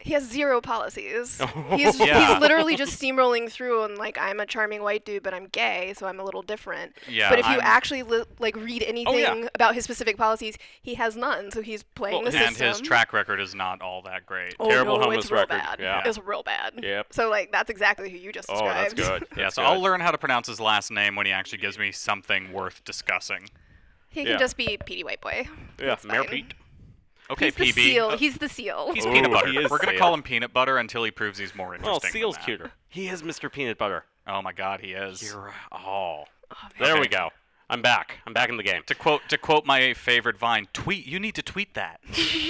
Speaker 1: He has zero policies.
Speaker 2: Oh.
Speaker 1: He's,
Speaker 3: Yeah.
Speaker 1: he's literally just steamrolling through and like I'm a charming white dude, but I'm gay, so I'm a little different.
Speaker 3: Yeah,
Speaker 1: but if you
Speaker 3: I'm- Oh,
Speaker 1: actually li- like read anything
Speaker 2: yeah.
Speaker 1: about his specific policies, he has none. So he's playing
Speaker 2: Well,
Speaker 1: the
Speaker 3: And
Speaker 1: system.
Speaker 3: his track record is not all that great.
Speaker 1: oh,
Speaker 2: terrible
Speaker 1: no,
Speaker 2: homeless
Speaker 1: it's real
Speaker 2: record.
Speaker 1: Bad.
Speaker 2: Yeah.
Speaker 1: It's real bad.
Speaker 2: Yep.
Speaker 1: So like that's exactly who you just
Speaker 2: Oh, that's
Speaker 1: described.
Speaker 2: good.
Speaker 3: Yeah,
Speaker 2: That's
Speaker 3: so
Speaker 2: good.
Speaker 3: I'll learn how to pronounce his last name when he actually gives me something worth discussing.
Speaker 1: He
Speaker 2: Yeah.
Speaker 1: can just be Petey White Boy.
Speaker 2: Yeah,
Speaker 1: It's
Speaker 2: Mayor
Speaker 1: fine.
Speaker 2: Pete.
Speaker 3: Okay,
Speaker 1: he's
Speaker 3: PB.
Speaker 1: the
Speaker 2: Uh,
Speaker 1: seal. he's the seal.
Speaker 3: He's
Speaker 2: Ooh,
Speaker 3: peanut butter.
Speaker 2: he is
Speaker 3: We're gonna
Speaker 2: seal.
Speaker 3: call him peanut butter until he proves he's more
Speaker 2: Well,
Speaker 3: interesting. than
Speaker 2: Seal's
Speaker 3: that.
Speaker 2: cuter. He is Mr. Peanut Butter.
Speaker 3: Oh my God, he is.
Speaker 2: Oh, there we go. I'm back. I'm back in the game.
Speaker 3: To quote to quote my favorite Vine, tweet. You need to tweet that.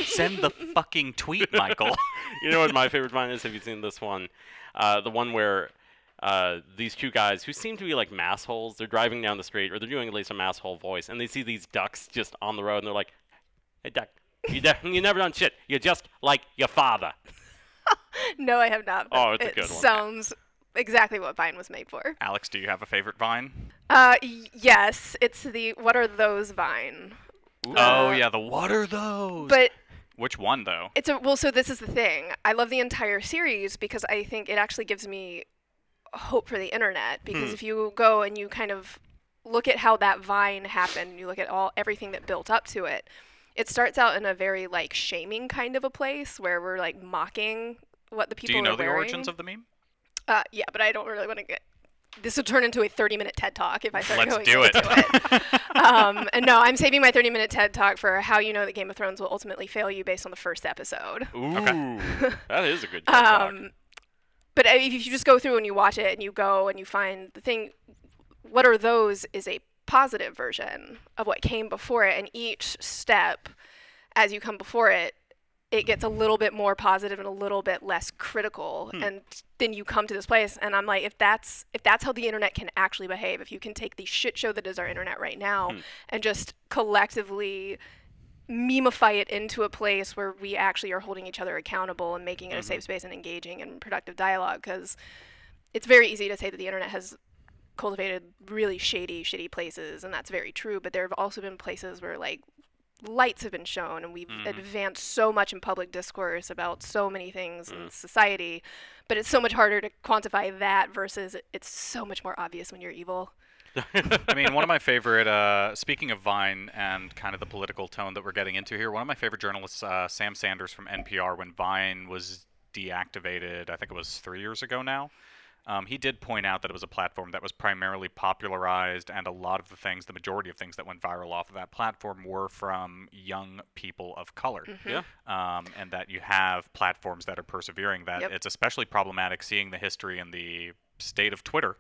Speaker 3: Send the fucking tweet, Michael.
Speaker 2: you know what my favorite one is? Have you seen this one? Uh, the one where uh, these two guys who seem to be like massholes, they're driving down the street, or they're doing at least a masshole voice, and they see these ducks just on the road, and they're like, "Hey, duck, you, de- you never done shit. You're just like your father."
Speaker 1: No, I have not. but
Speaker 2: Oh, it's a
Speaker 1: it
Speaker 2: good one.
Speaker 1: Sounds exactly what Vine was made for.
Speaker 3: Alex, do you have a favorite Vine?
Speaker 1: Uh, y- yes, it's the what are those Vine?
Speaker 3: Oh yeah, the what are those?
Speaker 1: Uh, But
Speaker 3: Which one though?
Speaker 1: it's a well. So this is the thing. I love the entire series because I think it actually gives me hope for the internet.
Speaker 3: Hmm.
Speaker 1: Because if you go and you kind of look at how that Vine happened, you look at all everything that built up to it. It starts out in a very like shaming kind of a place where we're like mocking what the people
Speaker 3: Do you know
Speaker 1: are
Speaker 3: the
Speaker 1: wearing.
Speaker 3: origins of the meme?
Speaker 1: Uh, yeah, but I don't really want to get. This will turn into a 30-minute TED talk if I start
Speaker 3: Let's
Speaker 1: going
Speaker 3: do it.
Speaker 1: into it. um, and no, I'm saving my 30-minute TED talk for how you know that Game of Thrones will ultimately fail you based on the first episode.
Speaker 2: Ooh, that is a good TikTok.
Speaker 1: Um, but I- if you just go through and you watch it and you go and you find the thing, what are those is a positive version of what came before it, and each step as you come before it, it gets a little bit more positive and a little bit less critical, and then you come to this place, and I'm like, if that's if that's how the internet can actually behave, if you can take the shit show that is our internet right now, and just collectively memify it into a place where we actually are holding each other accountable and making it a safe space and engaging and productive dialogue because it's very easy to say that the internet has cultivated really shady shitty places and that's very true but there have also been places where like lights have been shown and we've advanced so much in public discourse about so many things in society but it's so much harder to quantify that versus it's so much more obvious when you're evil
Speaker 3: I mean, one of my favorite. Uh, speaking of Vine and kind of the political tone that we're getting into here, one of my favorite journalists, uh, Sam Sanders from NPR, when Vine was deactivated, I think it was three years ago now. Um, he did point out that it was a platform that was primarily popularized, and a lot of the things, the majority of things that went viral off of that platform, were from young people of color
Speaker 2: Yeah.
Speaker 1: hmm.
Speaker 3: um, and that you have platforms that are persevering that
Speaker 1: Yep.
Speaker 3: it's especially problematic seeing the history and the state of twitter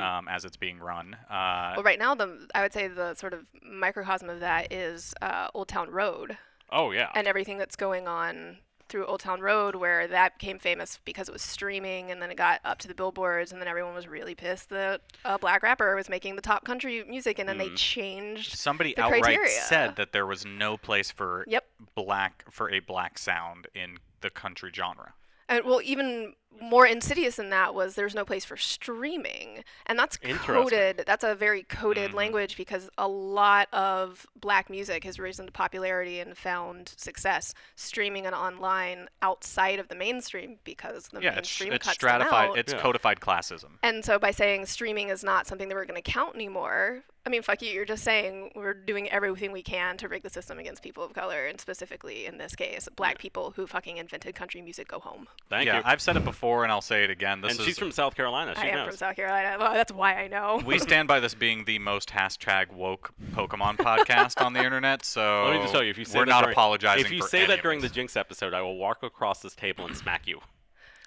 Speaker 3: um, as it's being run uh,
Speaker 1: well right now the i would say the sort of microcosm of that is uh, old town road
Speaker 2: Oh yeah.
Speaker 1: and everything that's going on through Old Town Road, where that became famous because it was streaming, and then it got up to the billboards, and then everyone was really pissed that a black rapper was making the top country music, and then they
Speaker 2: Mm.
Speaker 1: changed.
Speaker 3: Somebody
Speaker 1: The
Speaker 3: outright
Speaker 1: criteria.
Speaker 3: said that there was no place for
Speaker 1: Yep.
Speaker 3: black for a black sound in the country genre.
Speaker 1: And well, even more insidious than that was there's no place for streaming, and that's
Speaker 2: Interesting.
Speaker 1: coded. That's a very coded
Speaker 3: Mhm.
Speaker 1: language because a lot of black music has risen to popularity and found success streaming and online outside of the mainstream because the
Speaker 3: yeah, it's,
Speaker 1: mainstream
Speaker 3: it's
Speaker 1: cuts them out.
Speaker 3: stratified. It's
Speaker 2: Yeah.
Speaker 3: codified classism.
Speaker 1: And so by saying streaming is not something that we're going to count anymore, I mean, fuck you, you're just saying we're doing everything we can to rig the system against people of color, and specifically in this case, black people who fucking invented country music go home.
Speaker 2: Thank
Speaker 3: yeah,
Speaker 2: you.
Speaker 3: I've said it before, and I'll say it again. This
Speaker 2: and
Speaker 3: is
Speaker 2: she's from South Carolina. She
Speaker 1: I am
Speaker 2: knows.
Speaker 1: from South Carolina. Well, that's why I know.
Speaker 3: we stand by this being the most hashtag woke Pokemon podcast on the internet. So
Speaker 2: Let me just tell you, if you say
Speaker 3: Oh, we're
Speaker 2: that
Speaker 3: not
Speaker 2: during,
Speaker 3: apologizing.
Speaker 2: if you
Speaker 3: for
Speaker 2: say
Speaker 3: any
Speaker 2: that
Speaker 3: of
Speaker 2: during the
Speaker 3: this.
Speaker 2: Jinx episode, I will walk across this table and smack you.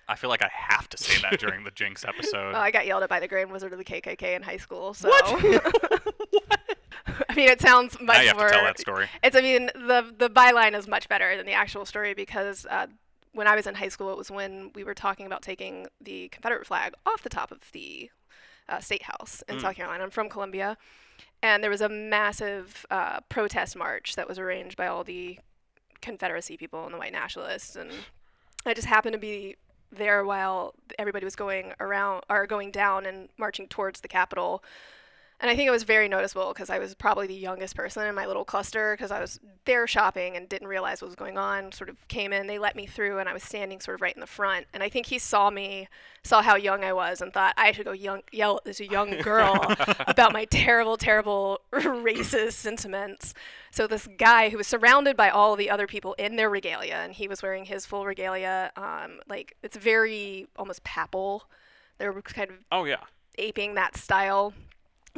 Speaker 3: I feel like I have to say that during the Jinx episode.
Speaker 1: Well, Oh, I got yelled at by the Grand Wizard of the KKK in high school. So. I mean, it sounds much
Speaker 3: now you have
Speaker 1: more.
Speaker 3: to tell that story.
Speaker 1: It's. I mean, the the byline is much better than the actual story because uh, when I was in high school, it was when we were talking about taking the Confederate flag off the top of the uh, state house in
Speaker 2: Mm.
Speaker 1: South Carolina. I'm from Columbia, and there was a massive uh, protest march that was arranged by all the Confederacy people and the white nationalists, and I just happened to be there while everybody was going around or going down and marching towards the Capitol. And I think it was very noticeable because I was probably the youngest person in my little cluster because I was there shopping and didn't realize what was going on. Sort of came in, they let me through, and I was standing sort of right in the front. And I think he saw me, saw how young I was, and thought I should go young, yell at this young girl about my terrible, terrible racist sentiments. So this guy who was surrounded by all the other people in their regalia, and he was wearing his full regalia, um, like it's very almost papal. They're kind of
Speaker 2: Oh yeah.
Speaker 1: aping that style.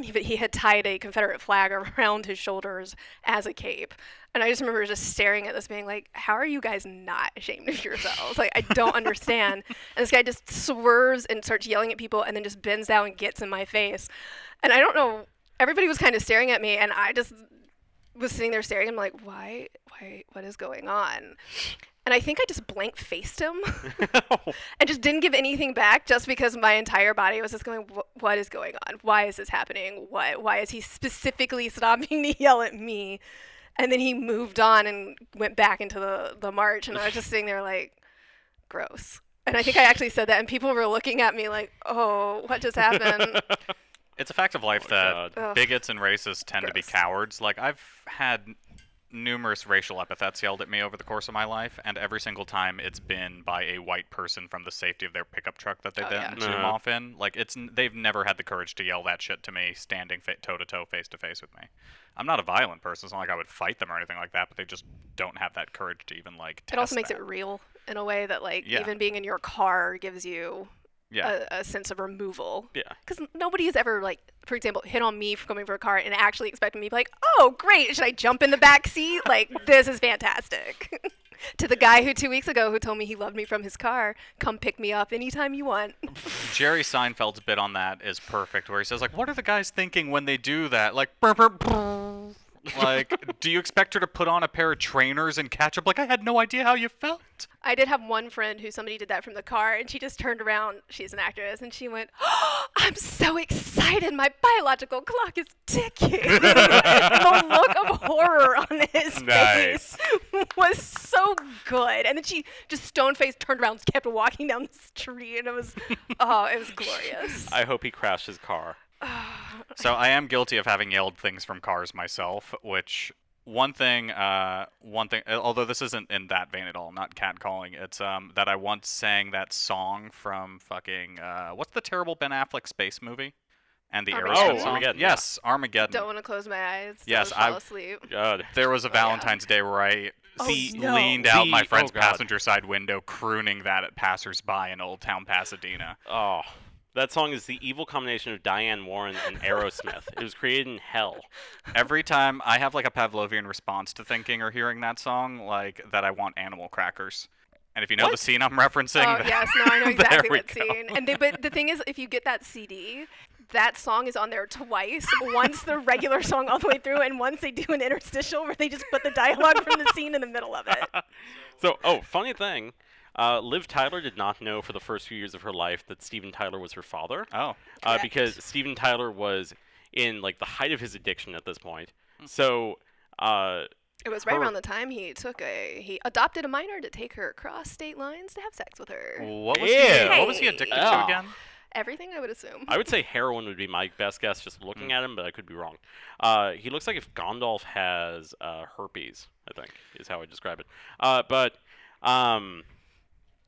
Speaker 1: He, but he had tied a Confederate flag around his shoulders as a cape. And I just remember just staring at this, being like, how are you guys not ashamed of yourselves? Like, I don't understand. And this guy just swerves and starts yelling at people and then just bends down and gets in my face. And I don't know, everybody was kind of staring at me, and I just was sitting there staring. I'm like, why? Why? What is going on? And I think I just blank faced him. and just didn't give anything back just because my entire body was just going "Wh- what is going on why is this happening why, why is he specifically stopping to yell at me and then he moved on and went back into the, the march and i was just sitting there like gross and i think i actually said that and people were looking at me like oh what just happened
Speaker 3: It's a fact of life
Speaker 2: Oh,
Speaker 3: that
Speaker 2: God.
Speaker 1: Ugh.
Speaker 3: bigots and racists tend to be
Speaker 1: Gross.
Speaker 3: cowards. Like I've had n- numerous racial epithets yelled at me over the course of my life, and every single time it's been by a white person from the safety of their pickup truck that they
Speaker 1: Oh, yeah.
Speaker 3: didn't zoom
Speaker 2: Uh-huh.
Speaker 3: off in. Like it's n- they've never had the courage to yell that shit to me, standing toe to toe, face to face with me. I'm not a violent person. It's not like I would fight them or anything like that, but they just don't have that courage to even like.
Speaker 1: it also
Speaker 3: test
Speaker 1: makes
Speaker 3: that.
Speaker 1: it real in a way that like
Speaker 3: Yeah.
Speaker 1: even being in your car gives you
Speaker 3: yeah.
Speaker 1: a, a sense of removal
Speaker 2: Yeah.
Speaker 1: because nobody has ever like for example hit on me for coming for a car and actually expected me to be like oh great should i jump in the back seat like this is fantastic to the guy who two weeks ago who told me he loved me from his car come pick me up anytime you want
Speaker 3: Jerry Seinfeld's bit on that is perfect, where he says, like, "What are the guys thinking when they do that?" Like, brr, brr, brr. like, do you expect her to put on a pair of trainers and catch up? Like, I had no idea how you felt.
Speaker 1: i did have one friend who somebody did that from the car and she just turned around she's an actress and she went oh, i'm so excited my biological clock is ticking And the look of horror on his
Speaker 3: Nice.
Speaker 1: face was so good and then she just stone faced turned around and kept walking down the street and it was oh it was glorious
Speaker 2: I hope he crashed his car.
Speaker 3: So I am guilty of having yelled things from cars myself, which one thing, uh, one thing. Although this isn't in that vein at all, not catcalling. It's um that I once sang that song from fucking uh, what's the terrible Ben Affleck space movie, and the
Speaker 1: Armageddon.
Speaker 3: Aerosmith
Speaker 2: Oh,
Speaker 3: song.
Speaker 2: Armageddon, yeah.
Speaker 3: yes, Armageddon.
Speaker 1: don't want to close my eyes don't
Speaker 3: Yes,
Speaker 1: wanna fall
Speaker 3: I-
Speaker 1: asleep
Speaker 2: God.
Speaker 3: There was a Valentine's Day where I
Speaker 1: Oh,
Speaker 3: se-
Speaker 1: no.
Speaker 3: leaned out my
Speaker 2: The- oh,
Speaker 3: friend's
Speaker 2: God.
Speaker 3: passenger side window, crooning that at passersby in Old Town Pasadena.
Speaker 2: Oh. That song is the evil combination of Diane Warren and Aerosmith. it was created in hell.
Speaker 3: Every time I have like a Pavlovian response to thinking or hearing that song, like that I want animal crackers. And if you know the scene I'm referencing,
Speaker 1: Oh
Speaker 3: th-
Speaker 1: yes, no, I know
Speaker 3: There
Speaker 1: exactly
Speaker 3: we
Speaker 1: what
Speaker 3: go.
Speaker 1: scene. And they, but the thing is, if you get that CD, that song is on there twice. once the regular song all the way through, and once they do an interstitial where they just put the dialogue from the scene in the middle of it.
Speaker 2: So, oh, funny thing. Uh, Liv Tyler did not know for the first few years of her life that Steven Tyler was her father
Speaker 3: Oh,
Speaker 2: uh,
Speaker 1: Correct.
Speaker 2: because Steven Tyler was in like the height of his addiction at this point.
Speaker 3: Hmm.
Speaker 2: So, uh,
Speaker 1: It was right
Speaker 2: Her-
Speaker 1: around the time he took a he adopted a minor to take her across state lines to have sex with her.
Speaker 3: what was
Speaker 2: Ew.
Speaker 3: he? What was he addicted to
Speaker 2: Yeah.
Speaker 3: again?
Speaker 1: Everything I would assume.
Speaker 2: I would say heroin would be my best guess just looking at him, but I could be wrong. Uh, he looks like if Gandalf has uh, herpes, I think, is how I describe it. Uh, but um,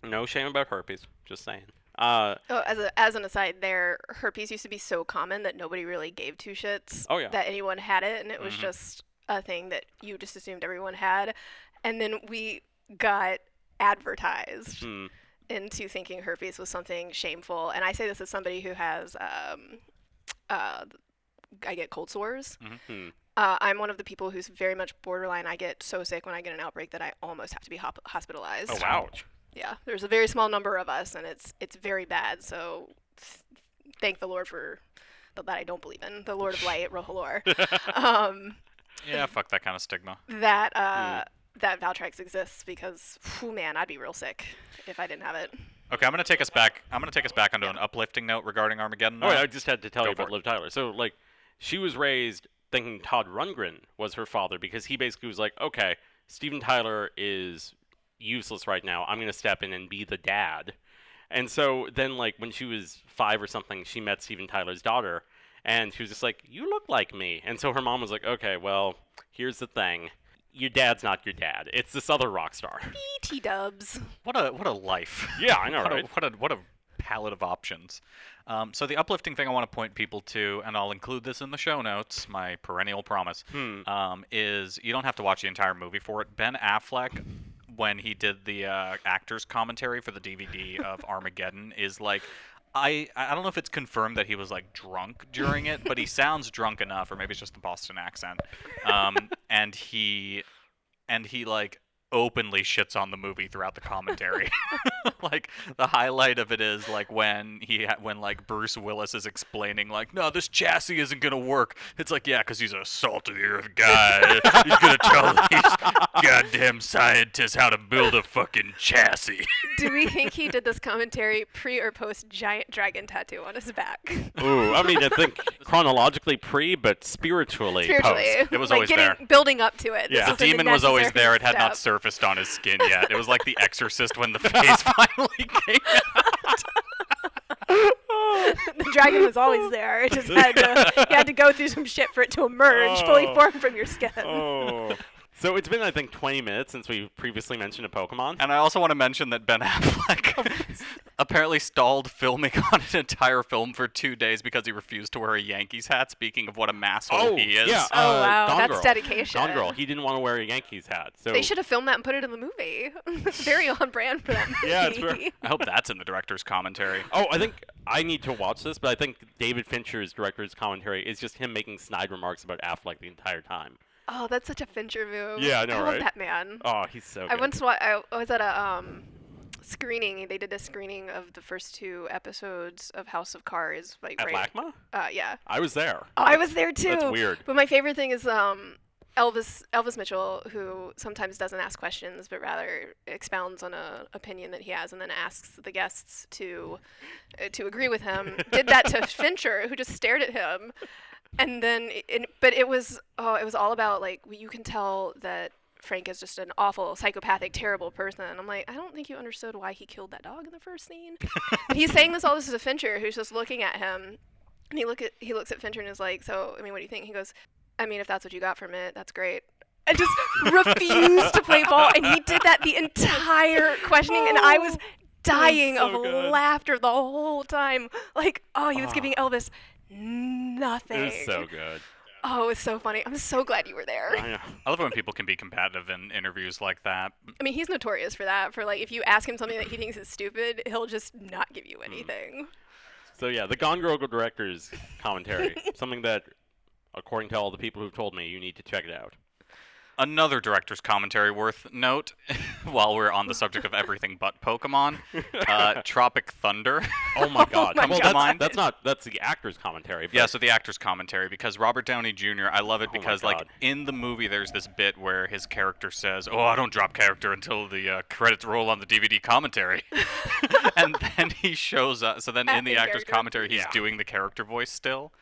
Speaker 2: no shame about herpes, just saying. Uh,
Speaker 1: Oh, as a, as an aside, there herpes used to be so common that nobody really gave two shits
Speaker 2: Oh, yeah. Mm-hmm.
Speaker 1: that anyone had it, and it was
Speaker 3: Mhm.
Speaker 1: just a thing that you just assumed everyone had, and then we got advertised
Speaker 2: hmm,
Speaker 1: into thinking herpes was something shameful. And I say this as somebody who has, um, uh, I get cold sores.
Speaker 2: hmm.
Speaker 1: Uh, I'm one of the people who's very much borderline. I get so sick when I get an outbreak that I almost have to be hop- hospitalized.
Speaker 2: Oh, wow.
Speaker 1: Yeah, there's a very small number of us, and it's it's very bad. So th- thank the Lord for that I don't believe in the Lord of Light, Rohalor. um,
Speaker 3: Yeah, fuck that kind of stigma.
Speaker 1: that uh,
Speaker 3: Hmm.
Speaker 1: that Valtrex exists because, whew, man, I'd be real sick if I didn't have it. E
Speaker 3: Okay, I'm gonna take us back. I'm gonna take us back onto an uplifting note regarding Armageddon.
Speaker 2: Oh, I just had to tell
Speaker 3: Go
Speaker 2: you
Speaker 3: for
Speaker 2: about
Speaker 3: it.
Speaker 2: Liv Tyler. So, like, she was raised thinking Todd Rundgren was her father because he basically was like, okay, Steven Tyler is useless right now. I'm going to step in and be the dad. And so then, like, when she was five or something, she met Steven Tyler's daughter, and she was just like, you look like me. And so her mom was like, okay, well, here's the thing. Your dad's not your dad. It's this other rock star.
Speaker 1: BT Dubs.
Speaker 3: What a what a life.
Speaker 2: yeah, I know,
Speaker 3: what,
Speaker 2: right?
Speaker 3: a, what a what a palette of options. Um, so the uplifting thing I want to point people to, and I'll include this in the show notes, my perennial promise,
Speaker 2: Hmm.
Speaker 3: um, is you don't have to watch the entire movie for it. Ben Affleck, when he did the uh, actors commentary for the DVD of Armageddon, is like. I, I don't know if it's confirmed that he was like drunk during it, but he sounds drunk enough, or maybe it's just the Boston accent. Um, and he and he like openly shits on the movie throughout the commentary. like the highlight of it is like when he ha- when like Bruce Willis is explaining like no this chassis isn't gonna work. It's like yeah because he's a salt of the earth guy. he's gonna tell these goddamn scientists how to build a fucking chassis.
Speaker 1: Do we think he did this commentary pre or post giant dragon tattoo on his back?
Speaker 2: Ooh, I mean, I think chronologically pre, but spiritually,
Speaker 1: Spiritually,
Speaker 2: post.
Speaker 3: It was
Speaker 1: like
Speaker 3: always
Speaker 1: getting,
Speaker 3: there.
Speaker 1: building up to it. This
Speaker 2: Yeah.
Speaker 3: The
Speaker 1: was in
Speaker 3: demon was always
Speaker 1: necessary
Speaker 3: there. It had not
Speaker 1: step.
Speaker 3: surfaced on his skin yet. It was like The Exorcist when the face finally came out.
Speaker 1: the dragon was always there. It just had to, you had to go through some shit for it to emerge fully
Speaker 2: Oh.
Speaker 1: formed from your skin.
Speaker 2: Oh. so it's been, I think, 20 minutes since we previously mentioned a Pokemon.
Speaker 3: And I also want to mention that Ben Affleck apparently stalled filming on an entire film for two days because he refused to wear a Yankees hat. Speaking of what a masshole he is.
Speaker 2: yeah.
Speaker 1: Oh,
Speaker 2: uh,
Speaker 1: wow,
Speaker 2: Gone
Speaker 1: that's
Speaker 2: Girl.
Speaker 1: dedication.
Speaker 2: Gone Girl. He didn't want to wear a Yankees hat. So
Speaker 1: They should have filmed that and put it in the movie. It's very on brand for that movie.
Speaker 2: Yeah, it's very-
Speaker 3: I hope that's in the director's commentary.
Speaker 2: Oh, I think I need to watch this, but I think David Fincher's director's commentary is just him making snide remarks about Affleck the entire time.
Speaker 1: Oh, that's such a Fincher move.
Speaker 2: Yeah, I know,
Speaker 1: I love
Speaker 2: right?
Speaker 1: that man.
Speaker 2: Oh, he's so
Speaker 1: I
Speaker 2: good.
Speaker 1: once wa- I I was at a um, screening. They did a screening of the first two episodes of House of Cards. Like
Speaker 2: At
Speaker 1: right.
Speaker 2: LACMA?
Speaker 1: Uh, yeah.
Speaker 2: I was there.
Speaker 1: Oh, I was there too.
Speaker 2: That's weird.
Speaker 1: But my favorite thing is um, Elvis Elvis Mitchell, who sometimes doesn't ask questions, but rather expounds on a opinion that he has, and then asks the guests to uh, to agree with him. Did that to Fincher, who just stared at him, and then it, but it was oh, it was all about like you can tell that. Frank is just an awful, psychopathic, terrible person. I'm like, I don't think you understood why he killed that dog in the first scene. But he's saying this all this is a Fincher who's just looking at him and he look at he looks at Fincher and is like, "So, I mean, what do you think?" He goes, "I mean, if that's what you got from it, that's great." And just refused to play ball, and he did that the entire questioning, and I was dying
Speaker 2: Oh, so
Speaker 1: of
Speaker 2: good.
Speaker 1: laughter the whole time. Like, oh, he was
Speaker 2: Ah.
Speaker 1: giving Elvis
Speaker 2: It
Speaker 1: nothing.
Speaker 2: was so good.
Speaker 1: oh, it was so funny. I'm so glad you were there.
Speaker 2: I know.
Speaker 3: I love when people can be combative in interviews like that.
Speaker 1: I mean, he's notorious for that. For like, if you ask him something that he thinks is stupid, he'll just not give
Speaker 3: Hmm.
Speaker 1: you anything.
Speaker 2: So yeah, the Gone Girl director's commentary, something that, according to all the people who've told me, you need to check it out.
Speaker 3: Another director's commentary worth note while we're on the subject of everything but Pokemon uh, Tropic Thunder.
Speaker 2: Oh my god.
Speaker 3: my
Speaker 2: well,
Speaker 3: God.
Speaker 2: That's, that's not that's the actor's commentary. But
Speaker 3: Yeah, so the actor's commentary because Robert Downey Jr. I love it
Speaker 2: Oh my
Speaker 3: because like
Speaker 2: God.
Speaker 3: in the movie there's this bit where his character says, "Oh, I don't drop character until the uh, credits roll on the DVD commentary," and then he shows up. So then in
Speaker 1: Acting
Speaker 3: the actor's
Speaker 1: character.
Speaker 3: commentary he's
Speaker 2: Yeah.
Speaker 3: doing the character voice still,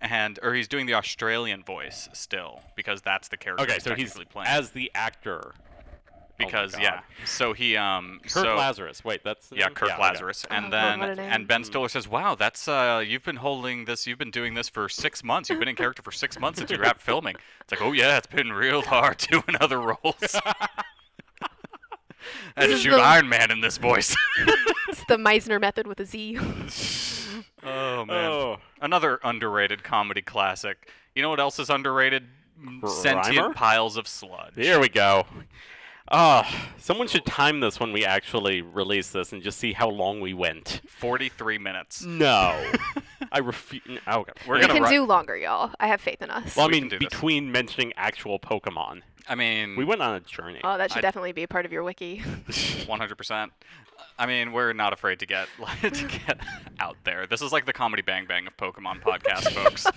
Speaker 3: and or he's doing the Australian voice still because that's the character.
Speaker 2: Okay,
Speaker 3: he's
Speaker 2: so he's
Speaker 3: technically playing
Speaker 2: as the actor. my
Speaker 3: because
Speaker 2: God.
Speaker 3: yeah. So he um
Speaker 2: Kirk
Speaker 3: so
Speaker 2: Lazarus. Wait, that's the
Speaker 3: yeah,
Speaker 2: name?
Speaker 3: Kirk
Speaker 2: okay. Hmm.
Speaker 3: Lazarus,
Speaker 1: Oh,
Speaker 3: and
Speaker 1: God, what a
Speaker 3: then
Speaker 1: name.
Speaker 3: and Ben Stiller says, "Wow, that's uh, you've been holding this, you've been doing this for six months. You've been in character for six months since you wrapped filming." It's like, "Oh yeah, it's been real hard doing other roles." I had to
Speaker 1: is
Speaker 3: shoot
Speaker 1: the-
Speaker 3: Iron Man in this voice.
Speaker 1: It's the Meisner method with a Z.
Speaker 3: oh
Speaker 2: Oh.
Speaker 3: another underrated comedy classic. You know what else is underrated?
Speaker 2: Grimer?
Speaker 3: Sentient piles of sludge.
Speaker 2: Here we go. Ah, someone should time this when we actually release this and just see how long we went.
Speaker 3: Forty-three
Speaker 1: Mm.
Speaker 3: minutes.
Speaker 2: No, I refuse. Okay,
Speaker 3: We're
Speaker 1: we
Speaker 3: gonna
Speaker 1: can
Speaker 3: ri-
Speaker 1: do longer, y'all. I have faith in us.
Speaker 2: Well, I
Speaker 3: we
Speaker 2: mean,
Speaker 3: can do this. Mm.
Speaker 2: between mentioning actual Pokemon,
Speaker 3: I mean,
Speaker 2: we went on a journey.
Speaker 1: Oh, that should
Speaker 3: I-
Speaker 1: definitely be part of your wiki.
Speaker 3: One hundred percent. I mean, we're not afraid to get to get out there. This is like the comedy bang bang of Pokemon podcast, folks. Um,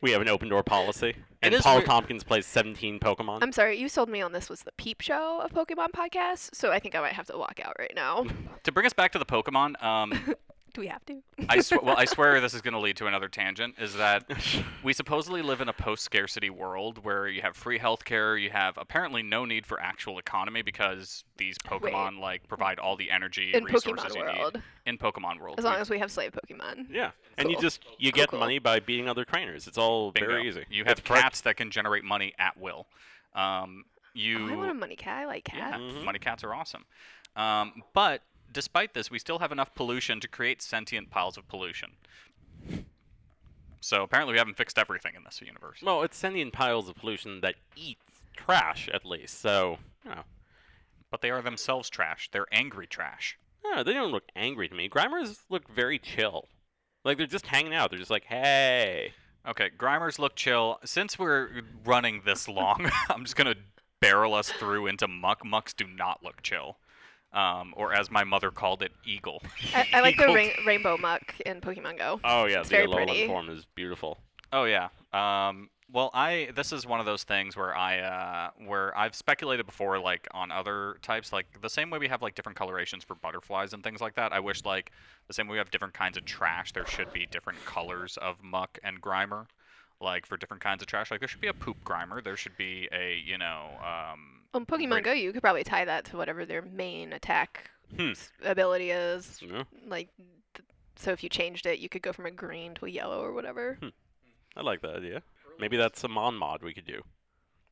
Speaker 2: we have an open door policy, and
Speaker 3: is
Speaker 2: Paul
Speaker 3: weird-
Speaker 2: Tompkins plays 17 Pokemon.
Speaker 1: I'm sorry, you sold me on this was the peep show of Pokemon podcasts, so I think I might have to walk out right now.
Speaker 3: to bring us back to the Pokemon, um,
Speaker 1: Do we have to?
Speaker 3: I sw- well, I swear this is going to lead to another tangent. Is that we supposedly live in a post-scarcity world where you have free healthcare, you have apparently no need for actual economy because these Pokemon like provide all the energy
Speaker 1: In
Speaker 3: and resources
Speaker 1: Pokemon
Speaker 3: you
Speaker 1: world.
Speaker 3: need in Pokemon world.
Speaker 1: As long as we have slave Pokemon.
Speaker 2: Yeah, and you
Speaker 1: Cool.
Speaker 2: just you
Speaker 1: Cool,
Speaker 2: get
Speaker 1: cool.
Speaker 2: money by beating other trainers. It's all
Speaker 3: Bingo.
Speaker 2: very easy.
Speaker 3: You
Speaker 2: It's
Speaker 3: have
Speaker 2: correct.
Speaker 3: cats that can generate money at will. Um, you
Speaker 1: Oh, I want a money cat. I like cats.
Speaker 3: Yeah, money cats are awesome. Um, but despite this, we still have enough pollution to create sentient piles of pollution. So apparently, we haven't fixed everything in this universe.
Speaker 2: Well, it's sending piles of pollution that eat trash at least. So you know,
Speaker 3: But they are themselves trash. They're angry trash.
Speaker 2: I don't know, they don't look angry to me. Grimers look very chill. Like they're just hanging out. They're just like, hey.
Speaker 3: Okay, Grimers look chill. Since we're running this long, I'm just gonna barrel us through into Muck. Mucks do not look chill, um, or as my mother called it, Eagle.
Speaker 1: I, I like the
Speaker 3: Eagle.
Speaker 1: rain- rainbow muck in Pokemon Go.
Speaker 2: Oh yeah,
Speaker 1: It's
Speaker 2: the
Speaker 1: very
Speaker 2: Alolan
Speaker 1: pretty.
Speaker 2: form is beautiful.
Speaker 3: Oh yeah. Um, well, I this is one of those things where I uh, where I've speculated before, like on other types, like the same way we have like different colorations for butterflies and things like that. I wish like the same way we have different kinds of trash, there should be different colors of muck and grimer, like for different kinds of trash. Like there should be a poop grimer. There should be a you know. Um,
Speaker 1: On Pokemon
Speaker 3: Right.
Speaker 1: Go, you could probably tie that to whatever their main attack
Speaker 2: Hmm.
Speaker 1: s- ability is.
Speaker 2: You know?
Speaker 1: Like, th- so if you changed it, you could go from a green to a yellow or whatever.
Speaker 2: I like that idea. Maybe that's a mon mod we could do.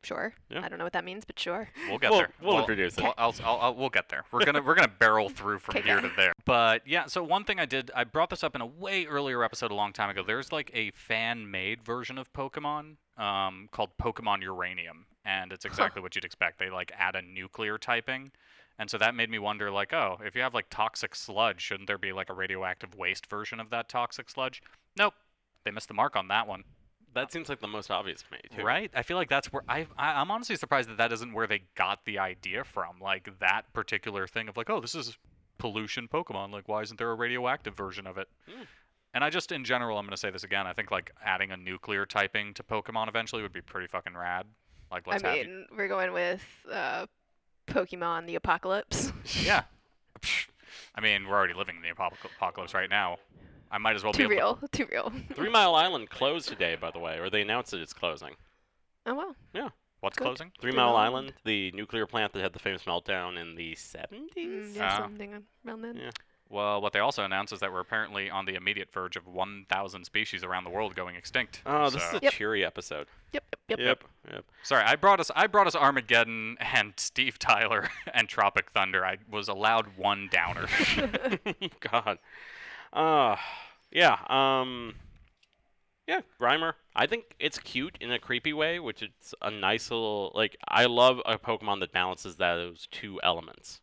Speaker 1: Sure.
Speaker 2: Yeah.
Speaker 1: I don't know what that means, but sure.
Speaker 3: We'll get
Speaker 2: We'll-
Speaker 3: there.
Speaker 2: we'll introduce it.
Speaker 3: I'll, I'll, I'll, I'll- we'll get there. We're gonna we're gonna barrel through from
Speaker 1: Okay,
Speaker 3: here
Speaker 1: guy.
Speaker 3: to there. But yeah, so one thing I did, I brought this up in a way earlier episode a long time ago. There's like a fan made version of Pokemon um, called Pokemon Uranium, and it's exactly what you'd expect. They like add a nuclear typing. And so that made me wonder, like, oh, if you have like toxic sludge, shouldn't there be like a radioactive waste version of that toxic sludge? Nope, they missed the mark on that one.
Speaker 2: That seems like the most obvious to me too.
Speaker 3: Right? I feel like that's where I, I I'm honestly surprised that that isn't where they got the idea from. Like that particular thing of like, oh, this is pollution Pokemon. Like, why isn't there a radioactive version of it?
Speaker 2: Hmm.
Speaker 3: And I just, in general, I'm gonna say this again. I think like adding a nuclear typing to Pokemon eventually would be pretty fucking rad. Like, let's
Speaker 1: I
Speaker 3: have you-
Speaker 1: mean, we're going with uh, Pokemon the Apocalypse.
Speaker 3: yeah. Psh. I mean, we're already living in the apoc- apocalypse right now. I might as well
Speaker 1: too
Speaker 3: be able
Speaker 1: real. Too real.
Speaker 2: Three Mile Island closed today, by the way, or they announced that it's closing.
Speaker 1: oh, wow.
Speaker 3: To, what's
Speaker 1: Good.
Speaker 3: closing?
Speaker 2: Three
Speaker 1: Three
Speaker 2: Mile
Speaker 1: Mile
Speaker 2: Island, the nuclear plant that had the famous meltdown in the 70s?
Speaker 1: Mm, yeah,
Speaker 3: Ah.
Speaker 1: something around then.
Speaker 2: Yeah.
Speaker 3: Well, what they also announced is that we're apparently on the immediate verge of 1,000 species around the world going extinct.
Speaker 2: Oh, this
Speaker 3: so.
Speaker 2: is a
Speaker 1: Yep.
Speaker 2: cheery episode.
Speaker 1: Yep, yep, yep.
Speaker 2: Yep.
Speaker 3: Sorry, I brought us I brought us Armageddon and Steve Tyler and Tropic Thunder. I was allowed one downer.
Speaker 2: God. Uh, yeah. Um, yeah, Grimer. I think it's cute in a creepy way, which it's a nice little like. I love a Pokemon that balances those two elements.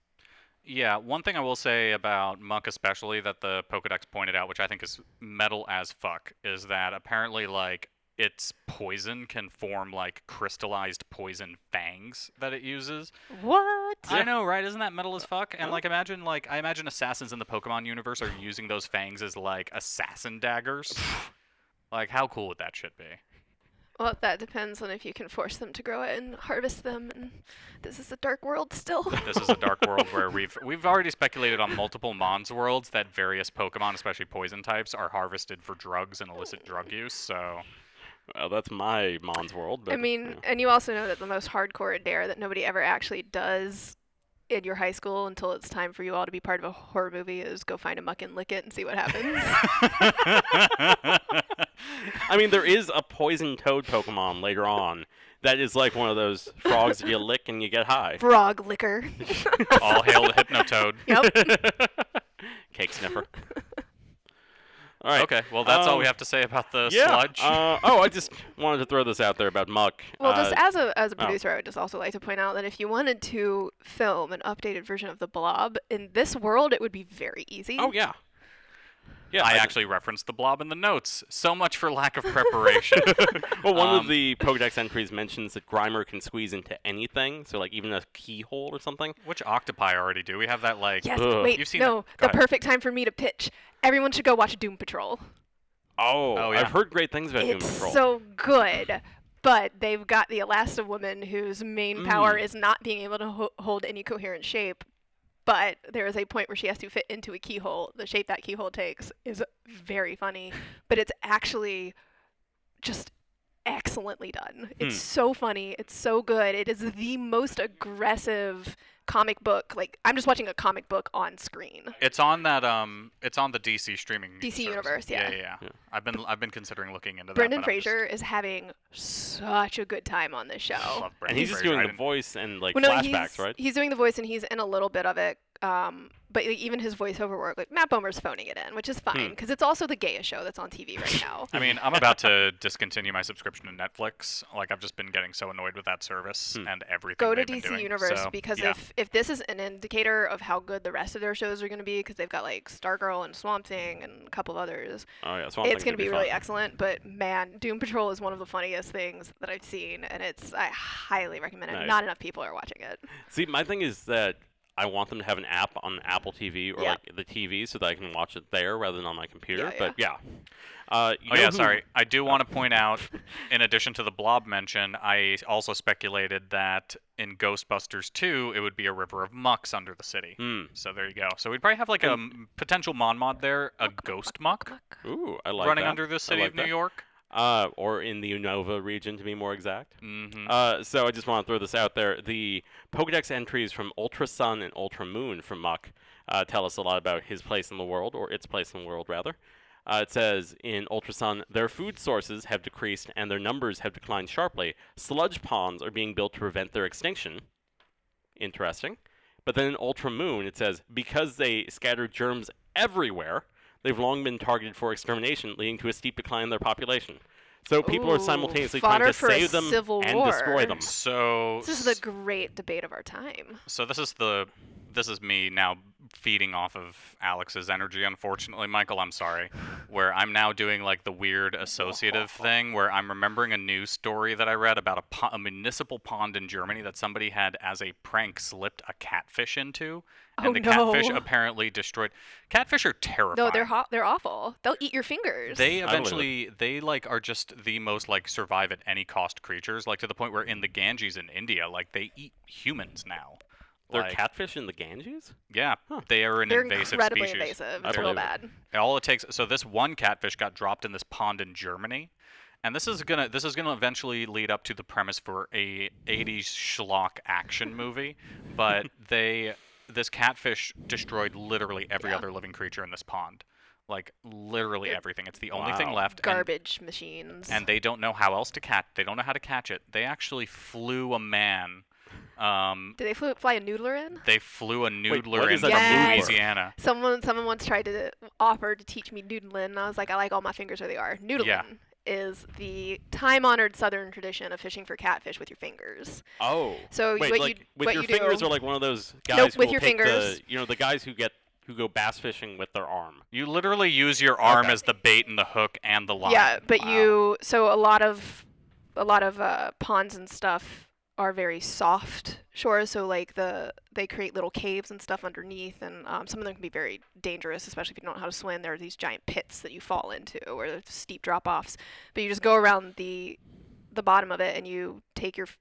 Speaker 3: yeah, one thing I will say about Muck especially that the Pokedex pointed out, which I think is metal as fuck, is that apparently like its poison can form like crystallized poison fangs that it uses.
Speaker 1: What?
Speaker 3: I know, right? Isn't that metal as fuck? And like, imagine like I imagine assassins in the Pokemon universe are using those fangs as like assassin daggers. like, how cool would that shit be?
Speaker 1: Well, that depends on if you can force them to grow it and harvest them. And this is a dark world still.
Speaker 3: This is a dark world where we've we've already speculated on multiple Mons worlds that various Pokemon, especially poison types, are harvested for drugs and illicit drug use. So
Speaker 2: Well, that's my Mons world. But
Speaker 1: I mean, and you also know that the most hardcore dare that nobody ever actually does in your high school until it's time for you all to be part of a horror movie is go find a muck and lick it and see what happens.
Speaker 2: I mean, there is a poison toad Pokemon later on that is like one of those frogs that you lick and you get high.
Speaker 1: Frog liquor.
Speaker 3: all hail the Hypnotoad.
Speaker 1: Yep.
Speaker 2: Cake sniffer. All right.
Speaker 3: Okay, well that's all we
Speaker 2: Um,
Speaker 3: have to say about the
Speaker 2: Yeah.
Speaker 3: sludge.
Speaker 2: Uh, oh, I just wanted to throw this out there about muck.
Speaker 1: Well,
Speaker 2: Uh,
Speaker 1: just as a as a
Speaker 2: oh.
Speaker 1: producer, I would just also like to point out that if you wanted to film an updated version of the Blob in this world, it would be very easy.
Speaker 2: oh yeah. Yeah,
Speaker 3: I
Speaker 2: I-
Speaker 3: actually referenced the blob in the notes. So much for lack of preparation.
Speaker 2: Well, one
Speaker 3: Um,
Speaker 2: of the Pokedex entries mentions that Grimer can squeeze into anything, so like even a keyhole or something.
Speaker 3: Which octopi already do? We have that like
Speaker 1: Yes.
Speaker 2: Ugh.
Speaker 1: wait.
Speaker 3: You've seen
Speaker 1: no.
Speaker 3: that-
Speaker 1: The
Speaker 3: go ahead.
Speaker 1: perfect time for me to pitch. Everyone should go watch Doom Patrol.
Speaker 2: Oh,
Speaker 3: Oh, yeah.
Speaker 2: I've heard great things about
Speaker 1: It's
Speaker 2: Doom Patrol.
Speaker 1: so good. But they've got the Elastowoman, whose main power
Speaker 3: Mm.
Speaker 1: is not being able to ho- hold any coherent shape. But there is a point where she has to fit into a keyhole. The shape that keyhole takes is very funny, but it's actually just excellently done. It's
Speaker 2: Hmm.
Speaker 1: so funny. It's so good. It is the most aggressive comic book. Like I'm just watching a comic book on screen.
Speaker 3: It's on that um it's on the DC streaming
Speaker 1: DC
Speaker 3: service.
Speaker 1: Universe, yeah.
Speaker 3: Yeah, yeah.
Speaker 2: Yeah.
Speaker 3: I've been I've been considering looking into
Speaker 1: Brendan
Speaker 3: that. but I'm just-
Speaker 1: Fraser is having such a good time on this show.
Speaker 3: Love Brendan
Speaker 2: and he's just
Speaker 3: Fraser. I
Speaker 2: doing the
Speaker 3: didn't-
Speaker 2: voice and like
Speaker 1: Well, no,
Speaker 2: flashbacks,
Speaker 1: he's,
Speaker 2: right?
Speaker 1: He's doing the voice and he's in a little bit of it. Um, but like, even his voiceover work, like Matt Bomer's phoning it in, which is fine because it's also the gayest show that's on TV right now.
Speaker 3: I mean, I'm about to discontinue my subscription to Netflix. Like I've just been getting so annoyed with that service
Speaker 2: Hmm.
Speaker 3: and everything.
Speaker 1: Go to
Speaker 3: they've been
Speaker 1: DC
Speaker 3: doing.
Speaker 1: Universe
Speaker 3: So,
Speaker 1: because
Speaker 3: yeah.
Speaker 1: if if this is an indicator of how good the rest of their shows are going to be, because they've got like Stargirl and Swamp Thing and a couple of others,
Speaker 2: Oh yeah, Swamp
Speaker 1: it's
Speaker 2: Thing's
Speaker 1: going to be, really
Speaker 2: fun.
Speaker 1: excellent. But man, Doom Patrol is one of the funniest things that I've seen, and it's I highly recommend it.
Speaker 2: Nice.
Speaker 1: Not enough people are watching it.
Speaker 2: See, my thing is that I want them to have an app on Apple TV or
Speaker 1: Yeah.
Speaker 2: like the TV so that I can watch it there rather than on my computer.
Speaker 1: Yeah,
Speaker 2: but yeah. Uh, you
Speaker 3: Oh
Speaker 2: know
Speaker 3: yeah,
Speaker 2: who-
Speaker 3: sorry. I do want
Speaker 2: Oh.
Speaker 3: to point out, in addition to the blob mention, I also speculated that in Ghostbusters 2, it would be a river of mucks under the city.
Speaker 2: Hmm.
Speaker 3: So there you go. So we'd probably have like a m- potential mon mod there, a ghost muck
Speaker 2: Ooh, I like
Speaker 3: running
Speaker 2: that.
Speaker 3: under
Speaker 2: I
Speaker 3: the city
Speaker 2: like
Speaker 3: of New
Speaker 2: that.
Speaker 3: York.
Speaker 2: Uh, or in the Unova region, to be more exact.
Speaker 3: hmm
Speaker 2: Uh, so I just want to throw this out there. The Pokedex entries from Ultra Sun and Ultra Moon from Muck uh, tell us a lot about his place in the world, or its place in the world, rather. Uh, it says in Ultra Sun, their food sources have decreased and their numbers have declined sharply. Sludge ponds are being built to prevent their extinction. Interesting. But then in Ultra Moon, it says because they scatter germs everywhere, they've long been targeted for extermination, leading to a steep decline in their population. So people are
Speaker 1: Ooh,
Speaker 2: simultaneously trying
Speaker 1: fodder
Speaker 2: to
Speaker 1: for a
Speaker 2: save them
Speaker 1: civil
Speaker 2: and
Speaker 1: war.
Speaker 2: destroy them.
Speaker 3: So
Speaker 1: This is the great debate of our time.
Speaker 3: so this is the this is me now feeding off of Alex's energy unfortunately Michael I'm sorry where I'm now doing like the weird associative thing where I'm remembering a news story that I read about a, po- a municipal pond in Germany that somebody had as a prank slipped a catfish into and
Speaker 1: Oh,
Speaker 3: the catfish
Speaker 1: no.
Speaker 3: apparently destroyed catfish are terrifying
Speaker 1: No, they're ho- they're awful. They'll eat your fingers.
Speaker 3: they
Speaker 2: I believe it.
Speaker 3: eventually they like are just the most like survive at any cost creatures like to the point where in the Ganges in India like they eat humans now
Speaker 2: They're
Speaker 3: Like-
Speaker 2: catfish in the Ganges?
Speaker 3: Yeah,
Speaker 2: Huh.
Speaker 3: they are an
Speaker 1: They're
Speaker 3: invasive
Speaker 1: incredibly
Speaker 3: species.
Speaker 1: invasive.
Speaker 2: I
Speaker 1: It's real
Speaker 2: believe it.
Speaker 1: bad.
Speaker 3: All it takes. So this one catfish got dropped in this pond in Germany, and this is gonna this is gonna eventually lead up to the premise for a '80s schlock action movie. But they this catfish destroyed literally every
Speaker 1: Yeah.
Speaker 3: other living creature in this pond, like literally everything. It's the only thing
Speaker 2: Wow.
Speaker 3: left. and-
Speaker 1: Garbage machines.
Speaker 3: and they don't know how else to catch. They don't know how to catch it. They actually flew a man. Um,
Speaker 1: Did they fl- fly a noodler in?
Speaker 3: they flew a noodler
Speaker 2: what
Speaker 3: in
Speaker 2: is
Speaker 3: into
Speaker 1: a noodler?
Speaker 3: Louisiana.
Speaker 1: Someone someone once tried to offer to teach me noodling, and I was like, I like all my fingers where they are. Noodling is the time-honored Southern tradition of fishing for catfish with your fingers.
Speaker 2: Oh.
Speaker 1: So
Speaker 2: Wait,
Speaker 1: what
Speaker 2: like
Speaker 1: you
Speaker 2: with
Speaker 1: what
Speaker 2: your
Speaker 1: you
Speaker 2: fingers
Speaker 1: do?
Speaker 2: or like one of those guys
Speaker 1: Nope,
Speaker 2: who
Speaker 1: with
Speaker 2: will
Speaker 1: your
Speaker 2: take
Speaker 1: fingers.
Speaker 2: the you know the guys who get who go bass fishing with their arm.
Speaker 3: You literally use your arm
Speaker 2: Okay.
Speaker 3: as the bait and the hook and the line.
Speaker 1: Yeah, but
Speaker 3: Wow.
Speaker 1: you so a lot of a lot of uh, ponds and stuff are very soft shores. So like the they create little caves and stuff underneath, and um, some of them can be very dangerous, especially if you don't know how to swim. There are these giant pits that you fall into, or there's steep drop offs. But you just go around the the bottom of it, and you take your f-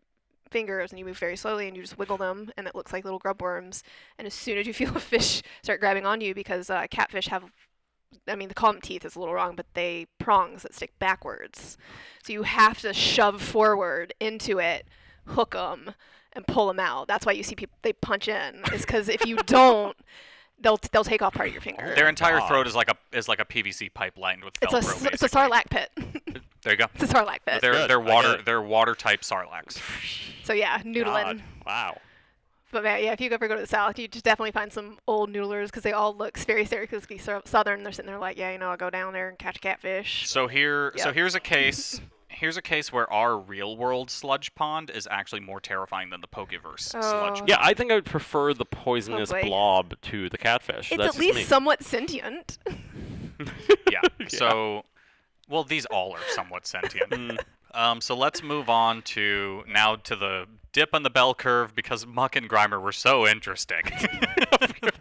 Speaker 1: fingers and you move very slowly and you just wiggle them and it looks like little grub worms and as soon as you feel a fish start grabbing on you because uh, catfish have I mean, the column teeth is a little wrong, but they prongs that stick backwards. So you have to shove forward into it, hook 'em, and pull 'em out. That's why you see people they punch in. Is because if you don't, they'll they'll take off part of your finger.
Speaker 3: Their entire
Speaker 2: God.
Speaker 3: throat is like a is like a PVC pipe lined with
Speaker 1: it's a
Speaker 3: Velcro.
Speaker 1: s- it's a
Speaker 3: basically.
Speaker 1: sarlacc pit.
Speaker 3: There you go.
Speaker 1: it's a sarlacc pit.
Speaker 3: They're
Speaker 2: Good,
Speaker 3: they're
Speaker 2: I get
Speaker 3: water
Speaker 2: it.
Speaker 3: they're water type sarlaccs.
Speaker 1: so yeah, noodling.
Speaker 2: God, wow.
Speaker 1: But man, yeah, if you ever go to the south, you just definitely find some old noodlers because they all look very stereotypically sou- southern. They're sitting there like, yeah, you know, I'll go down there and catch catfish.
Speaker 3: So here, so
Speaker 1: Yep.
Speaker 3: here's a case. Here's a case where our real world sludge pond is actually more terrifying than the Pokeverse sludge.
Speaker 1: Oh.
Speaker 3: pond.
Speaker 2: Yeah, I think I would prefer the poisonous
Speaker 1: boy.
Speaker 2: blob to the catfish.
Speaker 1: It's
Speaker 2: That's
Speaker 1: at
Speaker 2: just
Speaker 1: least
Speaker 2: me.
Speaker 1: somewhat sentient.
Speaker 3: Yeah. So, well, these all are somewhat sentient. um, so let's move on to now to the dip on the bell curve because Muck and Grimer were so interesting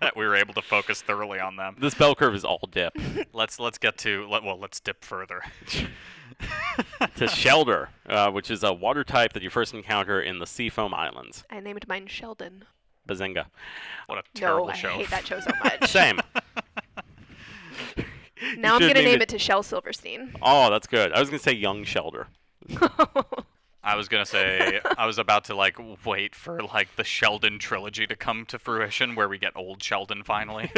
Speaker 3: that we were able to focus thoroughly on them.
Speaker 2: This bell curve is all dip
Speaker 3: Let's let's get to let, well, let's dip further.
Speaker 2: to shelter, uh, which is a water type that you first encounter in the Seafoam Islands.
Speaker 1: I named mine Sheldon.
Speaker 2: Bazinga.
Speaker 3: What a terrible
Speaker 1: No, I
Speaker 3: show.
Speaker 1: hate that show so much.
Speaker 2: Same.
Speaker 1: now I'm
Speaker 2: should
Speaker 1: gonna
Speaker 2: name
Speaker 1: name
Speaker 2: it-
Speaker 1: it, to Shel Silverstein.
Speaker 2: Oh, that's good. I was gonna say young shelter.
Speaker 3: I was gonna say I was about to like wait for like the Sheldon trilogy to come to fruition where we get old Sheldon finally.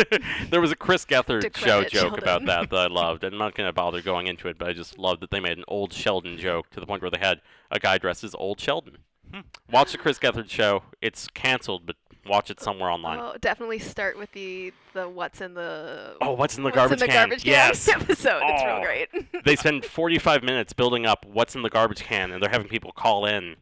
Speaker 2: there was a Chris Gethard
Speaker 1: Decrepit
Speaker 2: show joke about
Speaker 1: Sheldon.
Speaker 2: that that I loved. and I'm not going to bother going into it, but I just loved that they made an old Sheldon joke to the point where they had a guy dressed as old Sheldon.
Speaker 3: Hmm.
Speaker 2: Watch the Chris Gethard show. It's canceled, but watch it somewhere online.
Speaker 1: Oh, definitely start with the the what's in the
Speaker 2: oh, what's in the
Speaker 1: what's
Speaker 2: garbage
Speaker 1: in the
Speaker 2: can?
Speaker 1: garbage can
Speaker 2: yes.
Speaker 1: episode. It's
Speaker 2: Oh.
Speaker 1: real great.
Speaker 2: they spend 45 minutes building up what's in the garbage can, and they're having people call in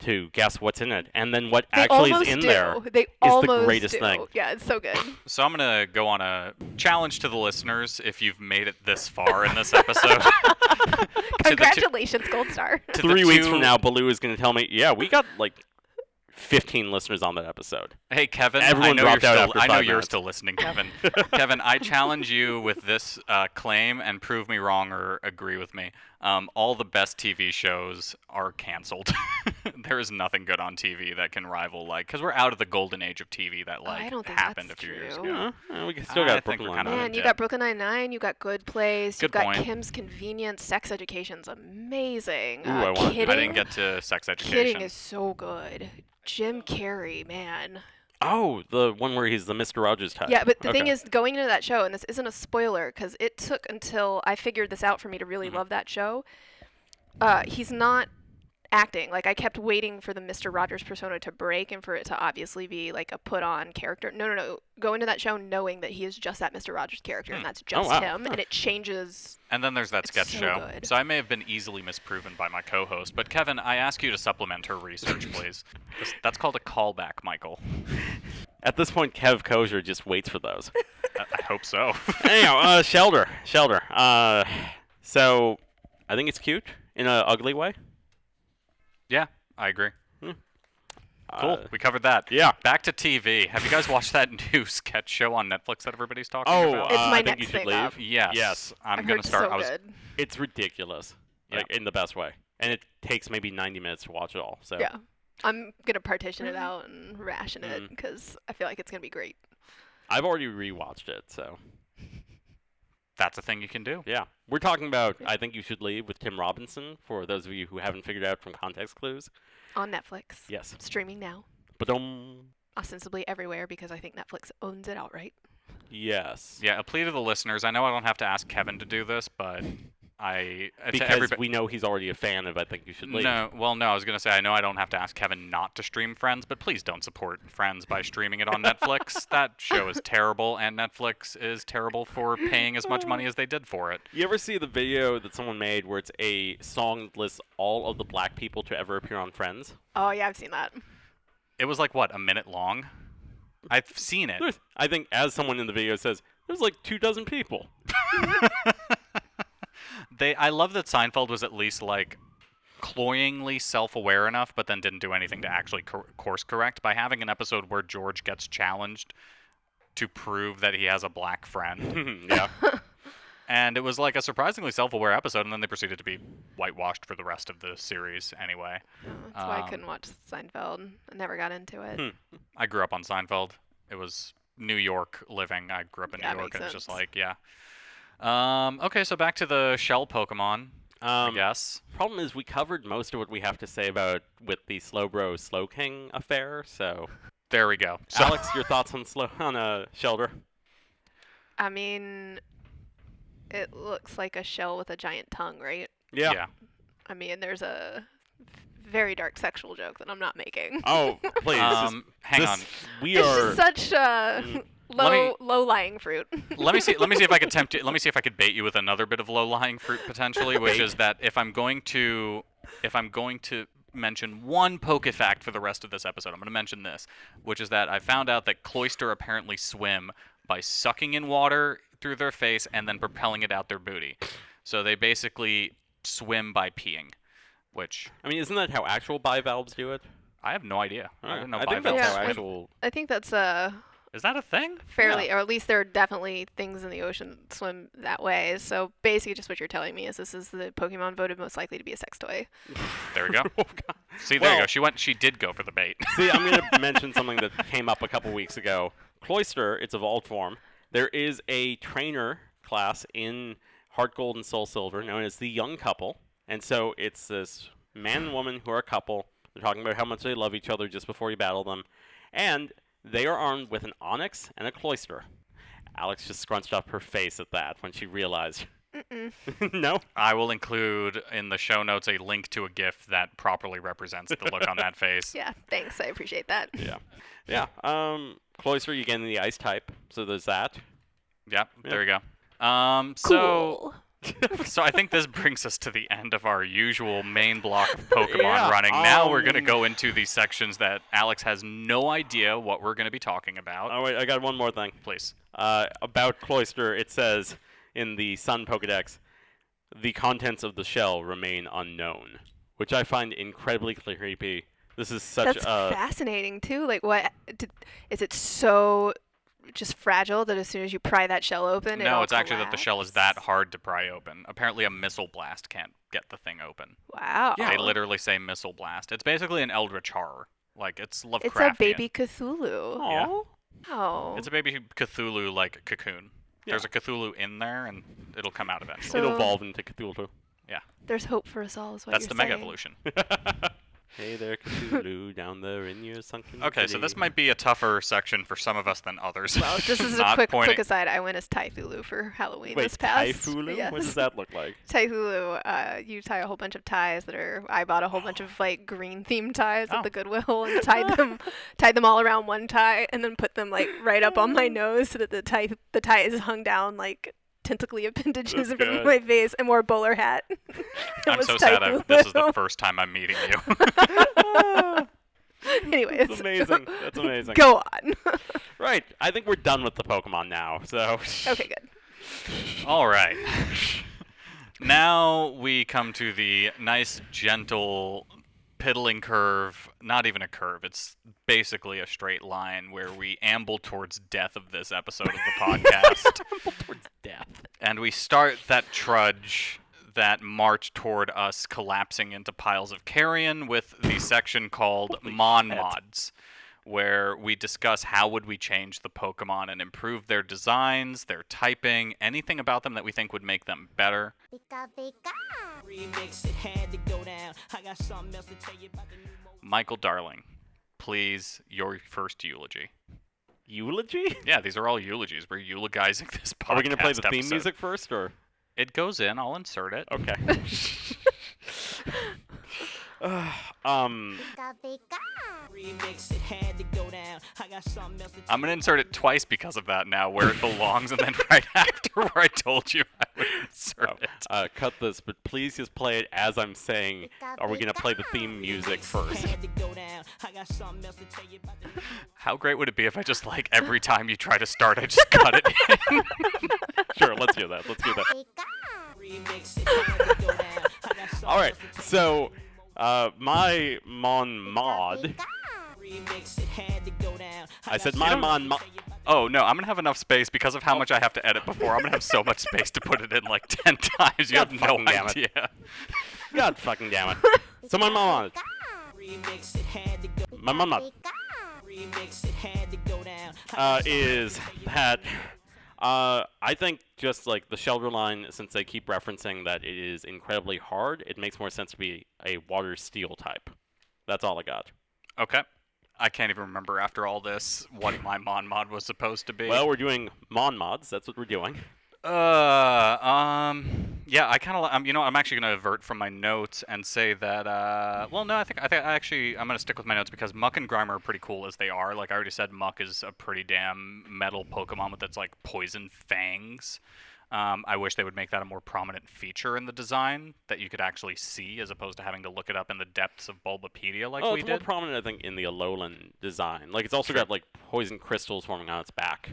Speaker 2: to guess what's in it, and then what
Speaker 1: They
Speaker 2: actually
Speaker 1: almost
Speaker 2: is in
Speaker 1: do.
Speaker 2: there.
Speaker 1: They
Speaker 2: the
Speaker 1: almost
Speaker 2: greatest
Speaker 1: do.
Speaker 2: thing.
Speaker 1: Yeah, it's so good.
Speaker 3: so I'm gonna go on a challenge to the listeners if you've made it this far in this episode. To the two-
Speaker 1: Congratulations, Gold Star.
Speaker 3: to the
Speaker 2: Three weeks
Speaker 3: two-
Speaker 2: from now, Baloo is going to tell me, yeah, we got like 15 listeners on that episode.
Speaker 3: Hey Kevin, I
Speaker 2: Everyone
Speaker 3: know you're
Speaker 2: dropped out
Speaker 3: still
Speaker 2: after
Speaker 3: I know
Speaker 2: five
Speaker 3: you're
Speaker 2: minutes.
Speaker 3: still listening, Kevin. Kevin, I challenge you with this uh, claim and prove me wrong or agree with me. Um, all the best TV shows are canceled. there is nothing good on TV that can rival like because we're out of the golden age of TV that like
Speaker 1: I don't think
Speaker 3: happened
Speaker 1: that's
Speaker 3: a few years
Speaker 1: true.
Speaker 3: ago.
Speaker 2: Uh, we still
Speaker 3: I
Speaker 2: got
Speaker 3: think
Speaker 2: Brooklyn
Speaker 3: we're
Speaker 2: Nine-Nine.
Speaker 3: kinda-
Speaker 1: Man, you
Speaker 3: yeah.
Speaker 1: got Brooklyn Nine Nine, you got Good Place,
Speaker 3: Good
Speaker 1: you've got
Speaker 3: point.
Speaker 1: Kim's Convenience, Sex Education's amazing.
Speaker 2: Ooh,
Speaker 1: uh,
Speaker 2: I want- I
Speaker 1: kidding,
Speaker 3: I didn't get to sex
Speaker 1: kidding
Speaker 3: education.
Speaker 1: is so good. Jim Carrey, man.
Speaker 2: Oh, the one where he's the Mr. Rogers type.
Speaker 1: Yeah, but the thing
Speaker 2: Okay.
Speaker 1: is, going into that show, and this isn't a spoiler because it took until I figured this out for me to really
Speaker 3: Mm-hmm.
Speaker 1: love that show. Uh, he's not acting. Like I kept waiting for the Mister Rogers persona to break and for it to obviously be like a put-on character. No, no, no. Go into that show knowing that he is just that Mister Rogers character,
Speaker 3: Mm.
Speaker 1: and that's
Speaker 3: Oh,
Speaker 1: just
Speaker 2: wow.
Speaker 1: him, and it changes.
Speaker 3: And then there's that
Speaker 1: It's
Speaker 3: sketch
Speaker 1: so
Speaker 3: show.
Speaker 1: good.
Speaker 3: So I may have been easily misproven by my co-host, but Kevin, I ask you to supplement her research, please. This- That's called a callback, Michael.
Speaker 2: at this point, Kev Kosher just waits for those.
Speaker 3: I, I hope so.
Speaker 2: Anyhow, uh, Shelter, Shelter. Uh, so I think it's cute in an ugly way.
Speaker 3: yeah, I agree. Cool.
Speaker 2: Uh,
Speaker 3: we covered that.
Speaker 2: yeah.
Speaker 3: Back to TV. Have you guys watched that new sketch show on Netflix that everybody's talking
Speaker 2: Oh,
Speaker 3: about?
Speaker 1: It's
Speaker 2: uh,
Speaker 1: my
Speaker 2: I think
Speaker 1: next
Speaker 2: you should
Speaker 1: thing
Speaker 2: leave.
Speaker 1: up.
Speaker 3: yes.
Speaker 2: yes.
Speaker 3: I'm
Speaker 1: I've
Speaker 3: gonna
Speaker 1: heard
Speaker 3: start.
Speaker 1: So
Speaker 3: I was.
Speaker 1: good.
Speaker 2: It's ridiculous,
Speaker 3: Yeah.
Speaker 2: like in the best way, and it takes maybe 90 minutes to watch it all. So
Speaker 1: Yeah. I'm gonna partition
Speaker 3: Mm-hmm.
Speaker 1: it out and ration it because I feel like it's gonna be great.
Speaker 2: I've already rewatched it. So
Speaker 3: That's a thing you can do.
Speaker 2: yeah, we're talking about I think you should leave with Tim Robinson. For those of you who haven't figured out from context clues,
Speaker 1: on Netflix.
Speaker 2: yes.
Speaker 1: Streaming now,
Speaker 2: But um,
Speaker 1: ostensibly everywhere because I think Netflix owns it outright.
Speaker 2: yes.
Speaker 3: Yeah. A plea to the listeners. I know I don't have to ask Kevin to do this, but I
Speaker 2: Because
Speaker 3: to everybo-
Speaker 2: we know he's already a fan of I think you should leave.
Speaker 3: No, well, no. I was gonna say I know I don't have to ask Kevin not to stream Friends, but please don't support Friends by streaming it on Netflix. that show is terrible, and Netflix is terrible for paying as much money as they did for it.
Speaker 2: You ever see the video that someone made where it's a song that lists all of the black people to ever appear on Friends?
Speaker 1: Oh yeah, I've seen that.
Speaker 3: It was like what a minute long. I've seen it.
Speaker 2: There's, I think, as someone in the video says, there's like two dozen people.
Speaker 3: They I love that Seinfeld was at least like cloyingly self-aware enough but then didn't do anything to actually cor- course correct by having an episode where George gets challenged to prove that he has a black friend.
Speaker 2: yeah.
Speaker 3: and it was like a surprisingly self-aware episode and then they proceeded to be whitewashed for the rest of the series anyway.
Speaker 1: That's why I
Speaker 3: Um,
Speaker 1: couldn't watch Seinfeld. I never got into it.
Speaker 2: Hmm.
Speaker 3: I grew up on Seinfeld. It was New York living. I grew up in
Speaker 1: Yeah,
Speaker 3: New York
Speaker 1: makes
Speaker 3: and it's just
Speaker 1: sense.
Speaker 3: like, yeah. Um, okay, so back to the shell Pokemon, I
Speaker 2: Um,
Speaker 3: guess.
Speaker 2: Problem is, we covered most of what we have to say about with the Slowbro Slow King affair. So,
Speaker 3: There we go. So
Speaker 2: Alex, your thoughts on Slow on uh, Shelter?
Speaker 1: I mean, it looks like a shell with a giant tongue, right?
Speaker 3: yeah.
Speaker 1: I mean, there's a very dark sexual joke that I'm not making.
Speaker 2: Oh, please. this-
Speaker 3: Um, hang
Speaker 2: this-
Speaker 3: on.
Speaker 2: We
Speaker 1: It's
Speaker 2: are.
Speaker 1: just such uh,
Speaker 2: Mm.
Speaker 1: low,
Speaker 3: me-
Speaker 1: low-lying fruit.
Speaker 3: let me see. Let me see if I could tempt you. Let me see if I could bait you with another bit of low-lying fruit potentially, which is that if I'm going to, if I'm going to mention one poke fact for the rest of this episode, I'm going to mention this, which is that I found out that cloister apparently swim by sucking in water through their face and then propelling it out their booty. So they basically swim by peeing, which
Speaker 2: I mean, isn't that how actual bivalves do it?
Speaker 3: I have no idea. I don't know.
Speaker 2: I think that's
Speaker 3: bivalves
Speaker 1: bivalves
Speaker 2: how
Speaker 1: swim.
Speaker 2: actual.
Speaker 1: I think that's a
Speaker 3: Is that a thing?
Speaker 1: fairly, or at least there are definitely things in the ocean that swim that way. So basically, just what you're telling me is this is the Pokemon voted most likely to be a sex toy.
Speaker 3: There we go.
Speaker 2: Oh, God.
Speaker 3: See, there you go.
Speaker 2: Well-
Speaker 3: She went. She did go for the bait.
Speaker 2: See, I'm going to mention something that came up a couple weeks ago. Cloister, it's evolved form. There is a trainer class in Heart Gold and Soul Silver known as the Young Couple. And so it's this man and woman who are a couple. They're talking about how much they love each other just before you battle them. And they are armed with an onyx and a cloister. Alex just scrunched up her face at that when she realized. no?
Speaker 3: I will include in the show notes a link to a GIF that properly represents the look on that face.
Speaker 1: Yeah, thanks. I appreciate that.
Speaker 2: Yeah. Yeah. Um, cloister, you get in the ice type. So there's that.
Speaker 3: Yep, there you go. Um,
Speaker 1: Cool.
Speaker 3: so, so I think this brings us to the end of our usual main block of Pokemon
Speaker 2: Yeah,
Speaker 3: running. now we're gonna
Speaker 2: um,
Speaker 3: go into the sections that Alex has no idea what we're gonna be talking about.
Speaker 2: Oh, wait. I got one more thing.
Speaker 3: Please.
Speaker 2: Uh, about Cloister, it says in the Sun Pokedex, the contents of the shell remain unknown, which I find incredibly creepy. This is such uh,
Speaker 1: That's
Speaker 2: a
Speaker 1: fascinating too. Like, what did, is it so just fragile that as soon as you pry that shell open, it
Speaker 3: no,
Speaker 1: all
Speaker 3: it's actually that the shell is that
Speaker 1: collapses?
Speaker 3: hard to pry open. Apparently, a missile blast can't get the thing open.
Speaker 1: Wow.
Speaker 3: They literally say missile blast. It's basically an Eldritch horror. Like it's Lovecraftian.
Speaker 1: It's a baby Cthulhu.
Speaker 3: yeah.
Speaker 2: Aw.
Speaker 1: Oh.
Speaker 3: It's a baby Cthulhu like cocoon. There's a Cthulhu in there, and it'll come out eventually.
Speaker 1: So-
Speaker 2: It evolved into Cthulhu.
Speaker 3: yeah,
Speaker 1: There's hope for us all. Is what
Speaker 3: that's
Speaker 1: you're
Speaker 3: the mega
Speaker 1: saying.
Speaker 3: evolution.
Speaker 2: Hey there, Cthulhu, down there in your sunken
Speaker 3: Okay, so this
Speaker 2: city.
Speaker 3: might be a tougher section for some of us than others.
Speaker 1: Well, just as a
Speaker 3: Not
Speaker 1: quick,
Speaker 3: pointing-
Speaker 1: quick aside, I went as Typhulu for Halloween
Speaker 2: Wait,
Speaker 1: this past.
Speaker 2: Typhulu?
Speaker 1: Yes.
Speaker 2: What does that look like?
Speaker 1: Typhulu, uh, you tie a whole bunch of ties that are. I bought a whole bunch of like green themed ties
Speaker 3: Oh.
Speaker 1: at the Goodwill and tied them, tied them all around one tie, and then put them like right up on my nose so that the tie the tie is hung down like tentacly appendages
Speaker 2: That's
Speaker 1: from
Speaker 2: good.
Speaker 1: my face, and wore a bowler hat. It
Speaker 3: I'm
Speaker 1: was
Speaker 3: so sad. I, this is the
Speaker 1: Typhulu.
Speaker 3: first time I'm meeting you.
Speaker 1: Anyways,
Speaker 2: That's amazing. That's amazing.
Speaker 1: go on.
Speaker 2: Right, I think we're done with the Pokemon now. So
Speaker 1: okay, good.
Speaker 3: All right. now we come to the nice, gentle, piddling curve. Not even a curve. It's basically a straight line where we amble towards death of this episode of the podcast.
Speaker 1: Oh.
Speaker 2: towards death.
Speaker 3: And we start that trudge, that march toward us collapsing into piles of carrion with the section called Mon Mods, where we discuss how would we change the Pokemon and improve their designs, their typing, anything about them that we think would make them better.
Speaker 5: Pika Pika.
Speaker 6: Remix, it had to go down. I got something else to tell you about the new mo-
Speaker 3: Michael Darling, please, your first eulogy.
Speaker 2: Eulogy?
Speaker 3: Yeah, these are all eulogies. We're eulogizing this podcast.
Speaker 2: Are we gonna play the theme
Speaker 3: episode.
Speaker 2: music first, or
Speaker 3: It goes in. I'll insert it.
Speaker 2: okay? um,
Speaker 6: remix. It had to go down. I got something else to
Speaker 3: I'm gonna insert it twice because of that now, where it belongs, and then right after where I told you I would insert it.
Speaker 2: uh, cut this, but please just play it as I'm saying. Are we gonna play the theme music first?
Speaker 6: Had to go down. I got something else to tell you about the
Speaker 3: How great would it be if I just like every time you try to start, I just cut it? in?
Speaker 2: sure, let's hear that. Let's hear that.
Speaker 6: remix. It had to go down. I got something
Speaker 2: All right.
Speaker 6: else to tell
Speaker 2: So, uh, my mon mod.
Speaker 6: you. Remix. It had to go down.
Speaker 2: I
Speaker 6: got
Speaker 2: said
Speaker 6: something
Speaker 2: my
Speaker 6: else to
Speaker 2: mon mod.
Speaker 6: tell you about the-
Speaker 3: oh no, I'm gonna have enough space because of how much I have to edit before. I'm gonna have so much space to put it in like ten times. You
Speaker 2: God
Speaker 3: have no
Speaker 2: fucking damn it.
Speaker 3: idea.
Speaker 2: God fucking damn it. So my mon mod.
Speaker 6: Remix. It had to go.
Speaker 2: My mon mod.
Speaker 6: Remix. It had to go down. I got
Speaker 2: uh,
Speaker 6: something else
Speaker 2: is
Speaker 6: to tell you.
Speaker 2: that uh, I think just like the shelter line, since they keep referencing that it is incredibly hard, it makes more sense to be a water steel type. That's all I got.
Speaker 3: Okay. I can't even remember after all this what my mon mod was supposed to be.
Speaker 2: Well, we're doing mon mods. That's what we're doing.
Speaker 3: Uh, um, yeah, I kind of, um, you know, I'm actually gonna avert from my notes and say that, uh, well, no, I think, I think I actually, I'm gonna stick with my notes because Muck and Grimer are pretty cool as they are. Like I already said, Muck is a pretty damn metal Pokemon with its like poison fangs. Um, I wish they would make that a more prominent feature in the design that you could actually see, as opposed to having to look it up in the depths of Bulbapedia like
Speaker 2: oh,
Speaker 3: we
Speaker 2: it's more
Speaker 3: did.
Speaker 2: prominent, I think, in the Alolan design. Like it's also
Speaker 3: Sure.
Speaker 2: got like poison crystals forming on its back.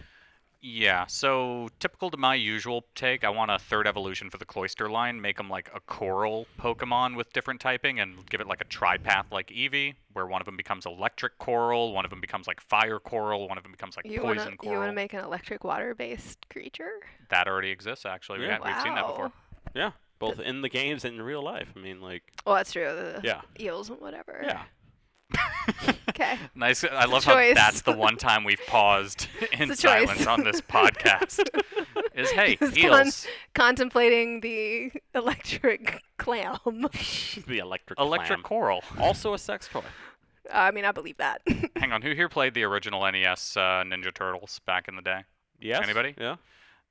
Speaker 3: Yeah, so typical to my usual take, I want a third evolution for the cloister line, make them like a coral Pokemon with different typing, and give it like a tripath like Eevee, where one of them becomes electric coral, one of them becomes like fire coral, one of them becomes like
Speaker 1: You
Speaker 3: poison
Speaker 1: wanna you
Speaker 3: coral.
Speaker 1: wanna make an electric water based creature?
Speaker 3: That already exists, actually.
Speaker 2: Yeah.
Speaker 3: We have seen that before.
Speaker 1: Wow.
Speaker 2: Yeah, both in the games and in real life. I mean, like,
Speaker 1: Well, that's true. The
Speaker 2: Yeah.
Speaker 1: eels and whatever.
Speaker 2: yeah.
Speaker 1: Okay.
Speaker 3: Nice. I love
Speaker 1: choice.
Speaker 3: how that's the one time we've paused in
Speaker 1: It's a choice.
Speaker 3: silence on this podcast. Is hey,
Speaker 1: Just con-
Speaker 3: eels.
Speaker 1: contemplating the electric clam.
Speaker 2: the electric
Speaker 3: Electric
Speaker 2: clam.
Speaker 3: coral.
Speaker 2: also a sex toy.
Speaker 1: I mean, I believe that.
Speaker 3: Hang on, who here played the original NES uh, Ninja Turtles back in the day?
Speaker 2: Yes.
Speaker 3: Anybody?
Speaker 2: Yeah.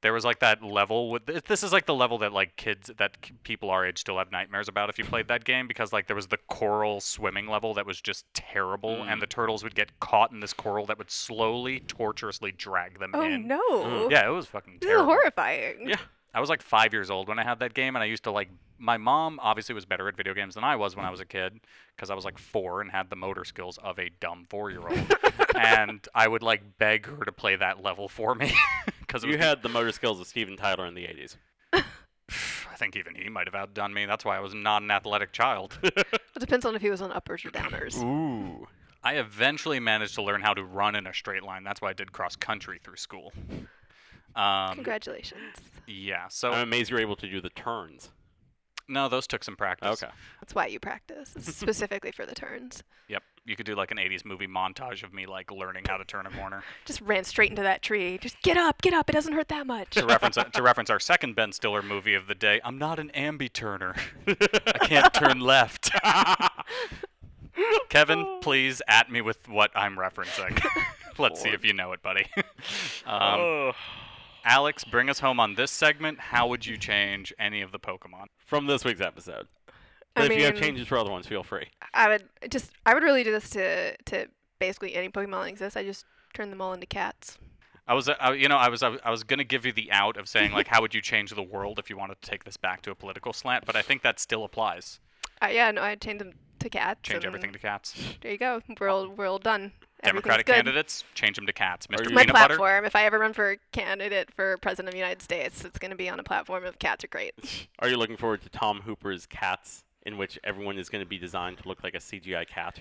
Speaker 3: there was like that level with th- this is like the level that like kids that k- people our age still have nightmares about if you played that game because like there was the coral swimming level that was just terrible
Speaker 1: Mm.
Speaker 3: and the turtles would get caught in this coral that would slowly torturously drag them
Speaker 1: oh
Speaker 3: in
Speaker 1: no.
Speaker 3: yeah it was fucking
Speaker 1: This is
Speaker 3: terrible
Speaker 1: horrifying.
Speaker 2: Mm, Yeah.
Speaker 3: I was like five years old when I had that game, and I used to like. My mom obviously was better at video games than I was when I was a kid, because I was like four and had the motor skills of a dumb four-year-old. and I would like beg her to play that level for me, because
Speaker 2: You had the motor skills of Steven Tyler in the 80s.
Speaker 3: I think even he might have outdone me. That's why I was not an athletic child.
Speaker 1: It depends on if he was on uppers or downers.
Speaker 2: Ooh.
Speaker 3: I eventually managed to learn how to run in a straight line. That's why I did cross country through school. Um,
Speaker 1: Congratulations.
Speaker 3: yeah. So
Speaker 2: I'm amazed you're able to do the turns.
Speaker 3: no, those took some practice.
Speaker 2: Okay.
Speaker 1: That's why you practice it's specifically for the turns.
Speaker 3: Yep. You could do like an '80s movie montage of me like learning how to turn a corner.
Speaker 1: Just ran straight into that tree. Just get up, get up. It doesn't hurt that much.
Speaker 3: to reference to reference our second Ben Stiller movie of the day, I'm not an ambi turner. I can't turn left. Kevin, please at me with what I'm referencing. Let's see if you know it, buddy. um, Alex, bring us home on this segment. How would you change any of the Pokemon?
Speaker 2: From this week's episode.
Speaker 1: I
Speaker 2: But if you have
Speaker 1: mean-
Speaker 2: changes for other ones, feel free.
Speaker 1: I would just I would really do this to to basically any Pokemon that exists. I just turn them all into cats.
Speaker 3: I was, uh, I, you know, I was, I was- I was gonna give you the out of saying like, how would you change the world if you wanted to take this back to a political slant, but I think that still applies.
Speaker 1: Uh, yeah, no, I'd change them to cats.
Speaker 3: Change
Speaker 1: and
Speaker 3: everything to cats.
Speaker 1: There you go. We're all we're all done. Everything's
Speaker 3: Democratic
Speaker 1: good.
Speaker 3: candidates, change them to cats. Mr.
Speaker 2: you-
Speaker 1: my
Speaker 3: Peanut Butter.
Speaker 1: platform. If I ever run for candidate for president of the United States, it's going to be on a platform of cats are great.
Speaker 2: Are you looking forward to Tom Hooper's Cats, in which everyone is going to be designed to look like a CGI cat?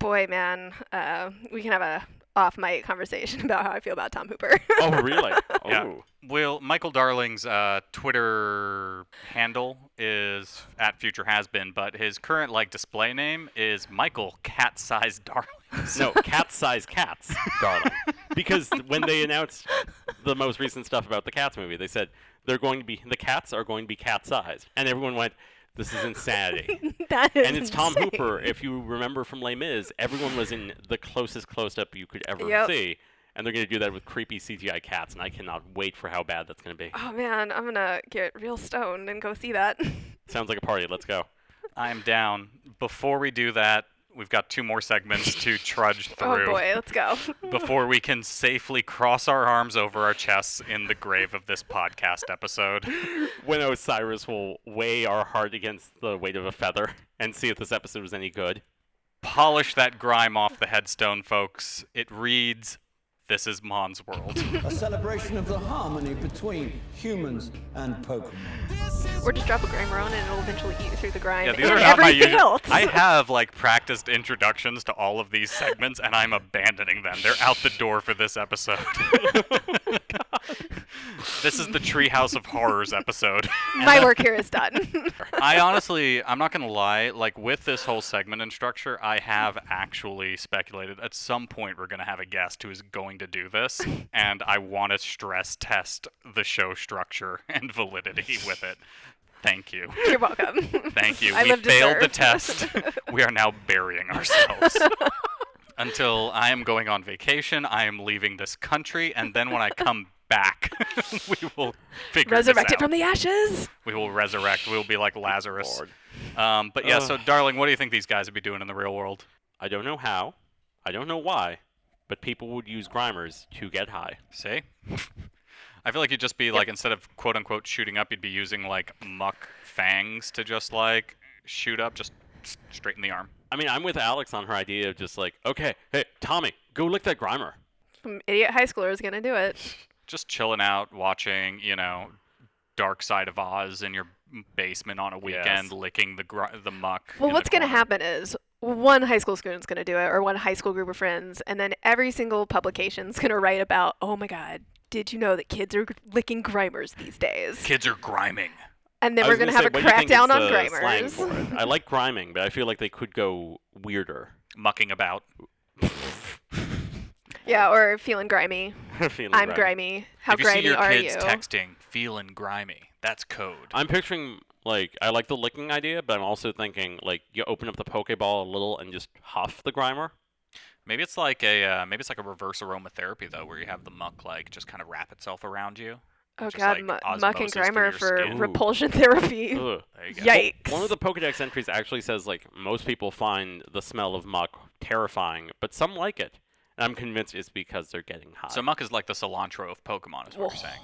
Speaker 1: Boy, man, uh, we can have a off mic conversation about how I feel about Tom Hooper.
Speaker 2: Oh, really? oh.
Speaker 3: Yeah. Will Michael Darling's uh, Twitter handle is at future has been, but his current like display name is Michael Cat Size Darling.
Speaker 2: No, cat sized cats, darling. Because when they announced the most recent stuff about the Cats movie, they said they're going to be the cats are going to be cat sized, and everyone went, "This is insanity."
Speaker 1: that is
Speaker 2: and it's Tom
Speaker 1: insane.
Speaker 2: Hooper. If you remember from Les Mis, everyone was in the closest close up you could ever
Speaker 1: Yep.
Speaker 2: see, and they're going to do that with creepy CGI cats, and I cannot wait for how bad that's going to be.
Speaker 1: Oh man, I'm gonna get real stoned and go see that.
Speaker 2: Sounds like a party. Let's go.
Speaker 3: I'm down. Before we do that, we've got two more segments to trudge through
Speaker 1: Oh boy, let's go.
Speaker 3: before we can safely cross our arms over our chests in the grave of this podcast episode.
Speaker 2: when Osiris will weigh our heart against the weight of a feather and see if this episode was any good.
Speaker 3: Polish that grime off the headstone, folks. It reads, This is Mon's World.
Speaker 5: a celebration of the harmony between humans and Pokemon.
Speaker 1: or just drop a grimer on it and it'll eventually eat you through the grind.
Speaker 3: Yeah, these
Speaker 1: and
Speaker 3: are not my
Speaker 1: everything
Speaker 3: usual.
Speaker 1: else.
Speaker 3: I have like practiced introductions to all of these segments, and I'm abandoning them. They're out the door for this episode. this is the Treehouse of Horrors episode.
Speaker 1: my work here is done.
Speaker 3: I honestly, I'm not gonna lie. Like with this whole segment and structure, I have actually speculated at some point we're gonna have a guest who is going to do this, and I want to stress test the show structure and validity with it. Thank you.
Speaker 1: You're welcome.
Speaker 3: Thank you.
Speaker 1: I
Speaker 3: we
Speaker 1: live to
Speaker 3: failed the
Speaker 1: serve.
Speaker 3: test. we are now burying ourselves. Until I am going on vacation, I am leaving this country, and then when I come back, we will figure
Speaker 1: Resurrect
Speaker 3: this
Speaker 1: it
Speaker 3: out.
Speaker 1: from the ashes.
Speaker 3: we will resurrect. We'll be like Lazarus.
Speaker 2: Lord.
Speaker 3: Um, but yeah, so
Speaker 2: Ugh.
Speaker 3: darling, what do you think these guys would be doing in the real world?
Speaker 2: I don't know how, I don't know why, but people would use Grimers to get high.
Speaker 3: See? I feel like you'd just be like instead of quote unquote shooting up, you'd be using like muck fangs to just like shoot up, just s- straight in the arm.
Speaker 2: I mean, I'm with Alex on her idea of just like, okay, hey, Tommy, go lick that Grimer.
Speaker 1: Some idiot high schooler is gonna do it.
Speaker 3: just chilling out, watching, you know, Dark Side of Oz in your basement on a weekend,
Speaker 2: Yes.
Speaker 3: licking the gr- the muck.
Speaker 1: Well,
Speaker 3: in the
Speaker 1: what's going to
Speaker 3: corner.
Speaker 1: happen is one high school student's going to do it, or one high school group of friends, and then every single publication's going to write about, oh my God, did you know that kids are licking Grimers these days?
Speaker 3: Kids are griming.
Speaker 1: And then
Speaker 2: I
Speaker 1: we're
Speaker 2: was
Speaker 1: going to
Speaker 2: gonna
Speaker 1: have a
Speaker 2: say, what do you
Speaker 1: crackdown
Speaker 2: think is
Speaker 1: on
Speaker 2: the slang for
Speaker 1: Grimers.
Speaker 2: it? I like griming, but I feel like they could go weirder.
Speaker 3: Mucking about.
Speaker 1: Yeah, or feeling grimy.
Speaker 2: Feeling
Speaker 1: I'm
Speaker 2: grimy.
Speaker 1: grimy. How
Speaker 3: if you
Speaker 1: grimy
Speaker 3: see your
Speaker 1: are
Speaker 3: kids
Speaker 1: you?
Speaker 3: texting, feeling grimy, that's code.
Speaker 2: I'm picturing like I like the licking idea, but I'm also thinking like you open up the Pokeball a little and just huff the Grimer.
Speaker 3: Maybe it's like a uh, maybe it's like a reverse aromatherapy though, where you have the muck like just kind of wrap itself around you.
Speaker 1: oh
Speaker 3: just
Speaker 1: God,
Speaker 3: like
Speaker 1: mu- muck and
Speaker 3: osmosis through your
Speaker 1: grimer for
Speaker 3: skin.
Speaker 2: Ooh.
Speaker 1: repulsion therapy.
Speaker 2: Ugh.
Speaker 3: There you go.
Speaker 1: Yikes.
Speaker 2: One of the Pokedex entries actually says like most people find the smell of muck terrifying, but some like it. And I'm convinced it's because they're getting high.
Speaker 3: So muck is like the cilantro of Pokemon, is what you're saying.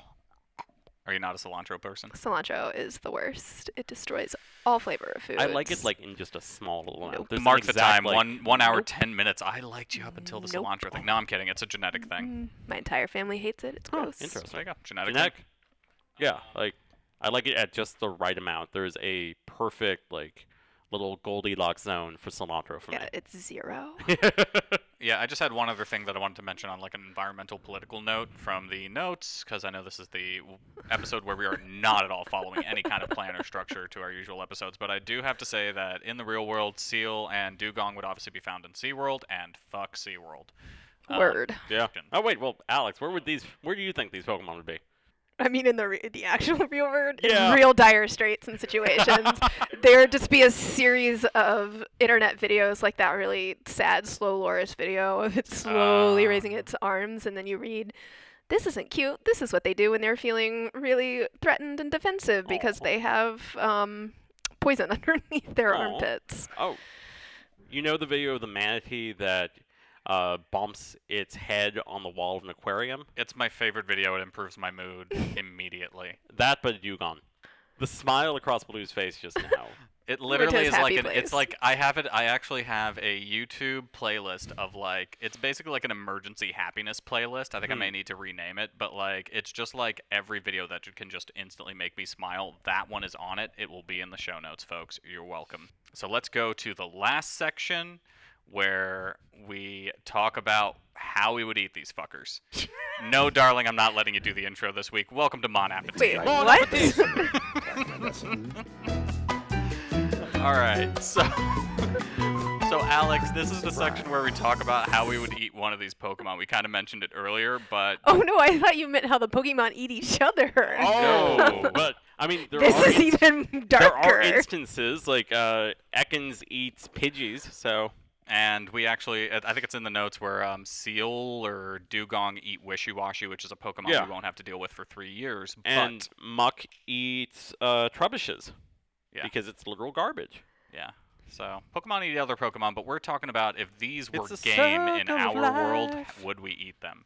Speaker 3: Are you not a cilantro person?
Speaker 1: Cilantro is the worst. It destroys all flavor of food.
Speaker 2: I like it like in just a small little amount. There's an
Speaker 3: Mark the
Speaker 2: exact,
Speaker 3: time.
Speaker 2: like-
Speaker 3: one one hour ten minutes. I liked you up until the
Speaker 1: Nope. Mm-hmm.
Speaker 3: cilantro thing. No, I'm kidding. It's a genetic thing.
Speaker 1: My entire family hates it. It's
Speaker 2: Huh,
Speaker 1: gross.
Speaker 2: interesting.
Speaker 3: There you go. Genetic.
Speaker 2: Genetic.
Speaker 3: thing.
Speaker 2: Yeah, like I like it at just the right amount. There's a perfect like little Goldilocks zone for cilantro for
Speaker 1: Yeah,
Speaker 2: me.
Speaker 1: it's zero.
Speaker 3: Yeah, I just had one other thing that I wanted to mention on like an environmental political note from the notes because I know this is the w- episode where we are not at all following any kind of plan or structure to our usual episodes, but I do have to say that in the real world, seal and dugong would obviously be found in SeaWorld and fuck SeaWorld. Um,
Speaker 1: Word.
Speaker 2: Yeah. Oh wait, well, Alex, where would these? Where do you think these Pokemon would be?
Speaker 1: I mean, in the re- the actual real world,
Speaker 2: Yeah.
Speaker 1: in real dire straits and situations, there'd just be a series of internet videos like that really sad slow loris video of it
Speaker 2: Ah.
Speaker 1: slowly raising its arms, and then you read, "This isn't cute. This is what they do when they're feeling really threatened and defensive because they have um, poison underneath their
Speaker 2: Aw.
Speaker 1: armpits."
Speaker 2: Oh, you know the video of the manatee that uh, bumps its head on the wall of an aquarium?
Speaker 3: It's my favorite video. It improves my mood immediately.
Speaker 2: That, but a Dugong. The smile across Blue's face just now.
Speaker 3: It literally
Speaker 1: Rito's
Speaker 3: is like
Speaker 1: Happy
Speaker 3: an, it's
Speaker 1: Place.
Speaker 3: like I have it. I actually have a YouTube playlist of like it's basically like an emergency happiness playlist. I think I
Speaker 1: Hmm.
Speaker 3: may need to rename it, but like it's just like every video that you can just instantly make me smile. That one is on it. It will be in the show notes, folks. You're welcome. So let's go to the last section where we talk about how we would eat these fuckers. no, darling, I'm not letting you do the intro this week. Welcome to Mon Appetit.
Speaker 1: Wait, what?
Speaker 3: All right, so so Alex, this is the section where we talk about how we would eat one of these Pokemon. We kind of mentioned it earlier, but
Speaker 1: oh no, I thought you meant how the Pokemon eat each other.
Speaker 2: No, but I mean, there
Speaker 1: this
Speaker 2: are
Speaker 1: is
Speaker 2: ins-
Speaker 1: even
Speaker 2: there are
Speaker 1: darker.
Speaker 2: instances like uh, Ekans eats Pidgeys, so
Speaker 3: and we actually, I I think it's in the notes where um, Seal or Dugong eat Wishy Washy, which is a Pokemon
Speaker 2: Yeah.
Speaker 3: we won't have to deal with for three years.
Speaker 2: and
Speaker 3: but
Speaker 2: Muck eats uh, Trubishes
Speaker 3: Yeah.
Speaker 2: because it's literal garbage.
Speaker 3: Yeah. So Pokemon eat other Pokemon, but we're talking about if these were
Speaker 2: It's a
Speaker 3: game in
Speaker 2: circle of
Speaker 3: our world,
Speaker 2: life.
Speaker 3: would we eat them?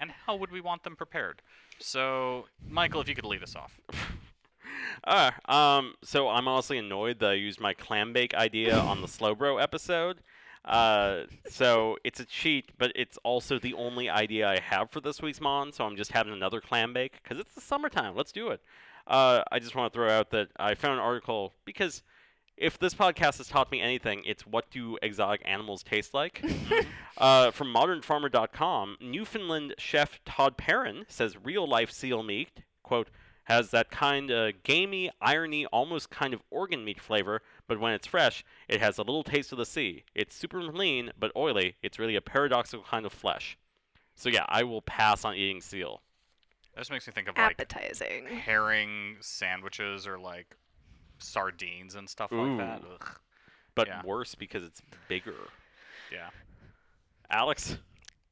Speaker 3: And how would we want them prepared? So, Michael, if you could lead us off.
Speaker 2: Uh, um, so I'm honestly annoyed that I used my clam bake idea on the Slowbro episode. Uh, so it's a cheat, but it's also the only idea I have for this week's Mon. So I'm just having another clam bake because it's the summertime. Let's do it. Uh, I just want to throw out that I found an article because if this podcast has taught me anything, it's what do exotic animals taste like? uh, from modernfarmer.com, Newfoundland chef Todd Perrin says real life seal meat, quote, has that kind of gamey, irony, almost kind of organ meat flavor, but when it's fresh, it has a little taste of the sea. It's super lean, but oily. It's really a paradoxical kind of flesh. So, yeah, I will pass on eating seal.
Speaker 3: This makes me think of like
Speaker 1: Appetizing.
Speaker 3: herring sandwiches or like sardines and stuff like that.
Speaker 2: Ooh.
Speaker 3: Ugh.
Speaker 2: But
Speaker 3: Yeah.
Speaker 2: worse because it's bigger.
Speaker 3: Yeah.
Speaker 2: Alex,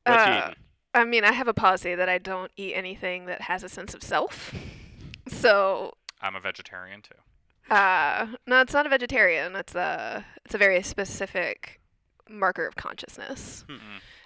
Speaker 2: what you
Speaker 1: Uh,
Speaker 2: eating?
Speaker 1: I mean, I have a policy that I don't eat anything that has a sense of self. So,
Speaker 3: I'm a vegetarian too.
Speaker 1: uh, no, it's not a vegetarian. It's a it's a very specific marker of consciousness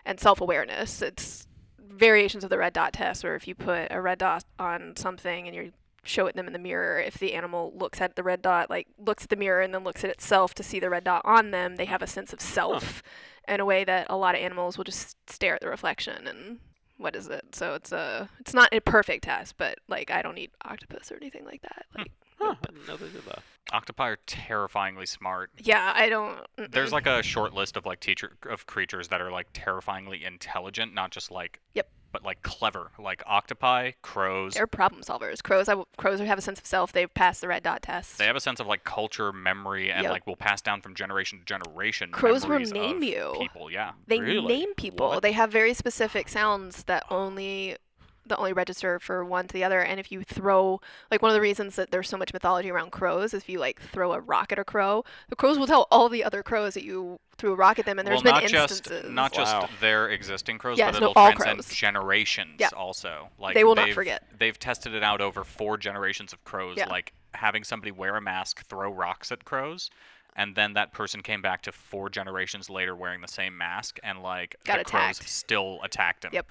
Speaker 1: and self awareness. It's variations of the red dot test, where if you put a red dot on something and you show it them in the mirror, if the animal looks at the red dot, like looks at the mirror and then looks at itself to see the red dot on them, they have a sense of self in a way that a lot of animals will just stare at the reflection and what is it? So it's a it's not a perfect test, but like I don't eat octopus or anything like that. Like
Speaker 2: Huh, I didn't know they did that.
Speaker 3: Octopi are terrifyingly smart.
Speaker 1: yeah, I don't. mm,
Speaker 3: There's like a short list of like teacher of creatures that are like terrifyingly intelligent, not just like
Speaker 1: Yep.
Speaker 3: but like clever, like octopi, crows.
Speaker 1: They're problem solvers. Crows, I w- crows have a sense of self. They've passed the red dot test.
Speaker 3: They have a sense of like culture, memory, and
Speaker 1: Yep.
Speaker 3: like will pass down from generation to generation.
Speaker 1: Crows will
Speaker 3: memories
Speaker 1: name
Speaker 3: of
Speaker 1: you.
Speaker 3: People, yeah.
Speaker 1: They
Speaker 2: Really?
Speaker 1: name people. They have very specific sounds that only that only register for one to the other. And if you throw like one of the reasons that there's so much mythology around crows is if you like throw a rock at a crow, the crows will tell all the other crows that you threw a rock at them. And there's
Speaker 3: well,
Speaker 1: been
Speaker 3: not
Speaker 1: instances.
Speaker 3: just not
Speaker 2: Wow.
Speaker 3: just their existing crows,
Speaker 1: Yes,
Speaker 3: but
Speaker 1: no,
Speaker 3: it'll
Speaker 1: all
Speaker 3: transcend
Speaker 1: crows.
Speaker 3: generations.
Speaker 1: Yeah.
Speaker 3: Also, like
Speaker 1: They will not
Speaker 3: they've-
Speaker 1: forget.
Speaker 3: They've tested it out over four generations of crows,
Speaker 1: Yeah.
Speaker 3: like having somebody wear a mask, throw rocks at crows. And then that person came back to four generations later wearing the same mask, and like
Speaker 1: Got
Speaker 3: the
Speaker 1: attacked.
Speaker 3: crows still attacked him.
Speaker 1: Yep.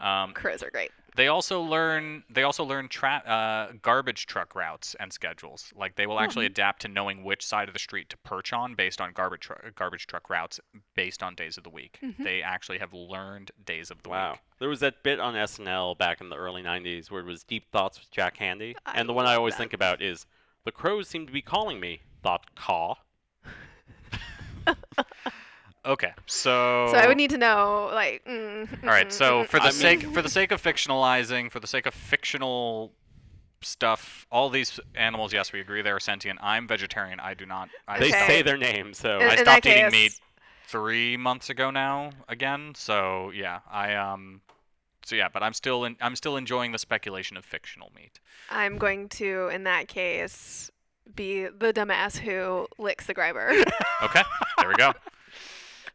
Speaker 3: Um,
Speaker 1: crows are great.
Speaker 3: They also learn they also learn tra- uh, garbage truck routes and schedules. Like
Speaker 1: Hmm.
Speaker 3: they will actually adapt to knowing which side of the street to perch on based on garbage truck garbage truck routes based on days of the week.
Speaker 1: Mm-hmm.
Speaker 3: They actually have learned days of the
Speaker 2: Wow.
Speaker 3: week.
Speaker 2: There was that bit on SNL back in the early 90s where it was Deep Thoughts with Jack Handy.
Speaker 1: I
Speaker 2: and the one I
Speaker 1: love
Speaker 2: always
Speaker 1: that.
Speaker 2: think about is The Crows Seem to Be Calling Me, thought caw.
Speaker 3: Okay. So
Speaker 1: So I would need to know like. Mm,
Speaker 3: Oh. All right, so for
Speaker 2: I
Speaker 3: the
Speaker 2: mean-
Speaker 3: sake for the sake of fictionalizing, for the sake of fictional stuff, all these animals, yes, we agree they are sentient. I'm vegetarian. I do not I
Speaker 2: They
Speaker 1: Okay.
Speaker 2: say their name, so
Speaker 1: Uh,
Speaker 3: I
Speaker 1: in
Speaker 3: stopped
Speaker 1: that
Speaker 3: eating
Speaker 1: case-
Speaker 3: meat three months ago now again. So yeah, I um, so yeah, but I'm still in, I'm still enjoying the speculation of fictional meat.
Speaker 1: I'm going to, in that case, be the dumbass who licks the grimer.
Speaker 3: Okay, there we go.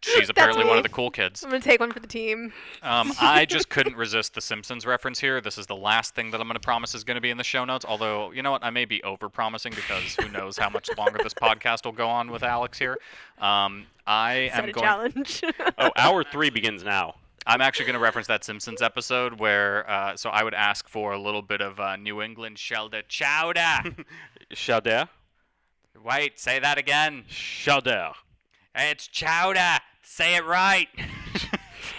Speaker 3: She's apparently one
Speaker 1: me.
Speaker 3: of the cool kids.
Speaker 1: I'm gonna take one for the team.
Speaker 3: Um, I just couldn't resist the Simpsons reference here. This is the last thing that I'm going to promise is going to be in the show notes. Although, you know what? I may be over promising because who knows how much longer this podcast will go on with Alex here. Um, I
Speaker 1: Set
Speaker 3: am
Speaker 1: a
Speaker 3: going.
Speaker 1: challenge.
Speaker 2: Oh, hour three begins now.
Speaker 3: I'm actually going to reference that Simpsons episode where, uh, so I would ask for a little bit of uh, New England shelter chowder.
Speaker 2: Chowder?
Speaker 3: Wait, say that again.
Speaker 2: Chowder.
Speaker 3: It's chowder. Say it right.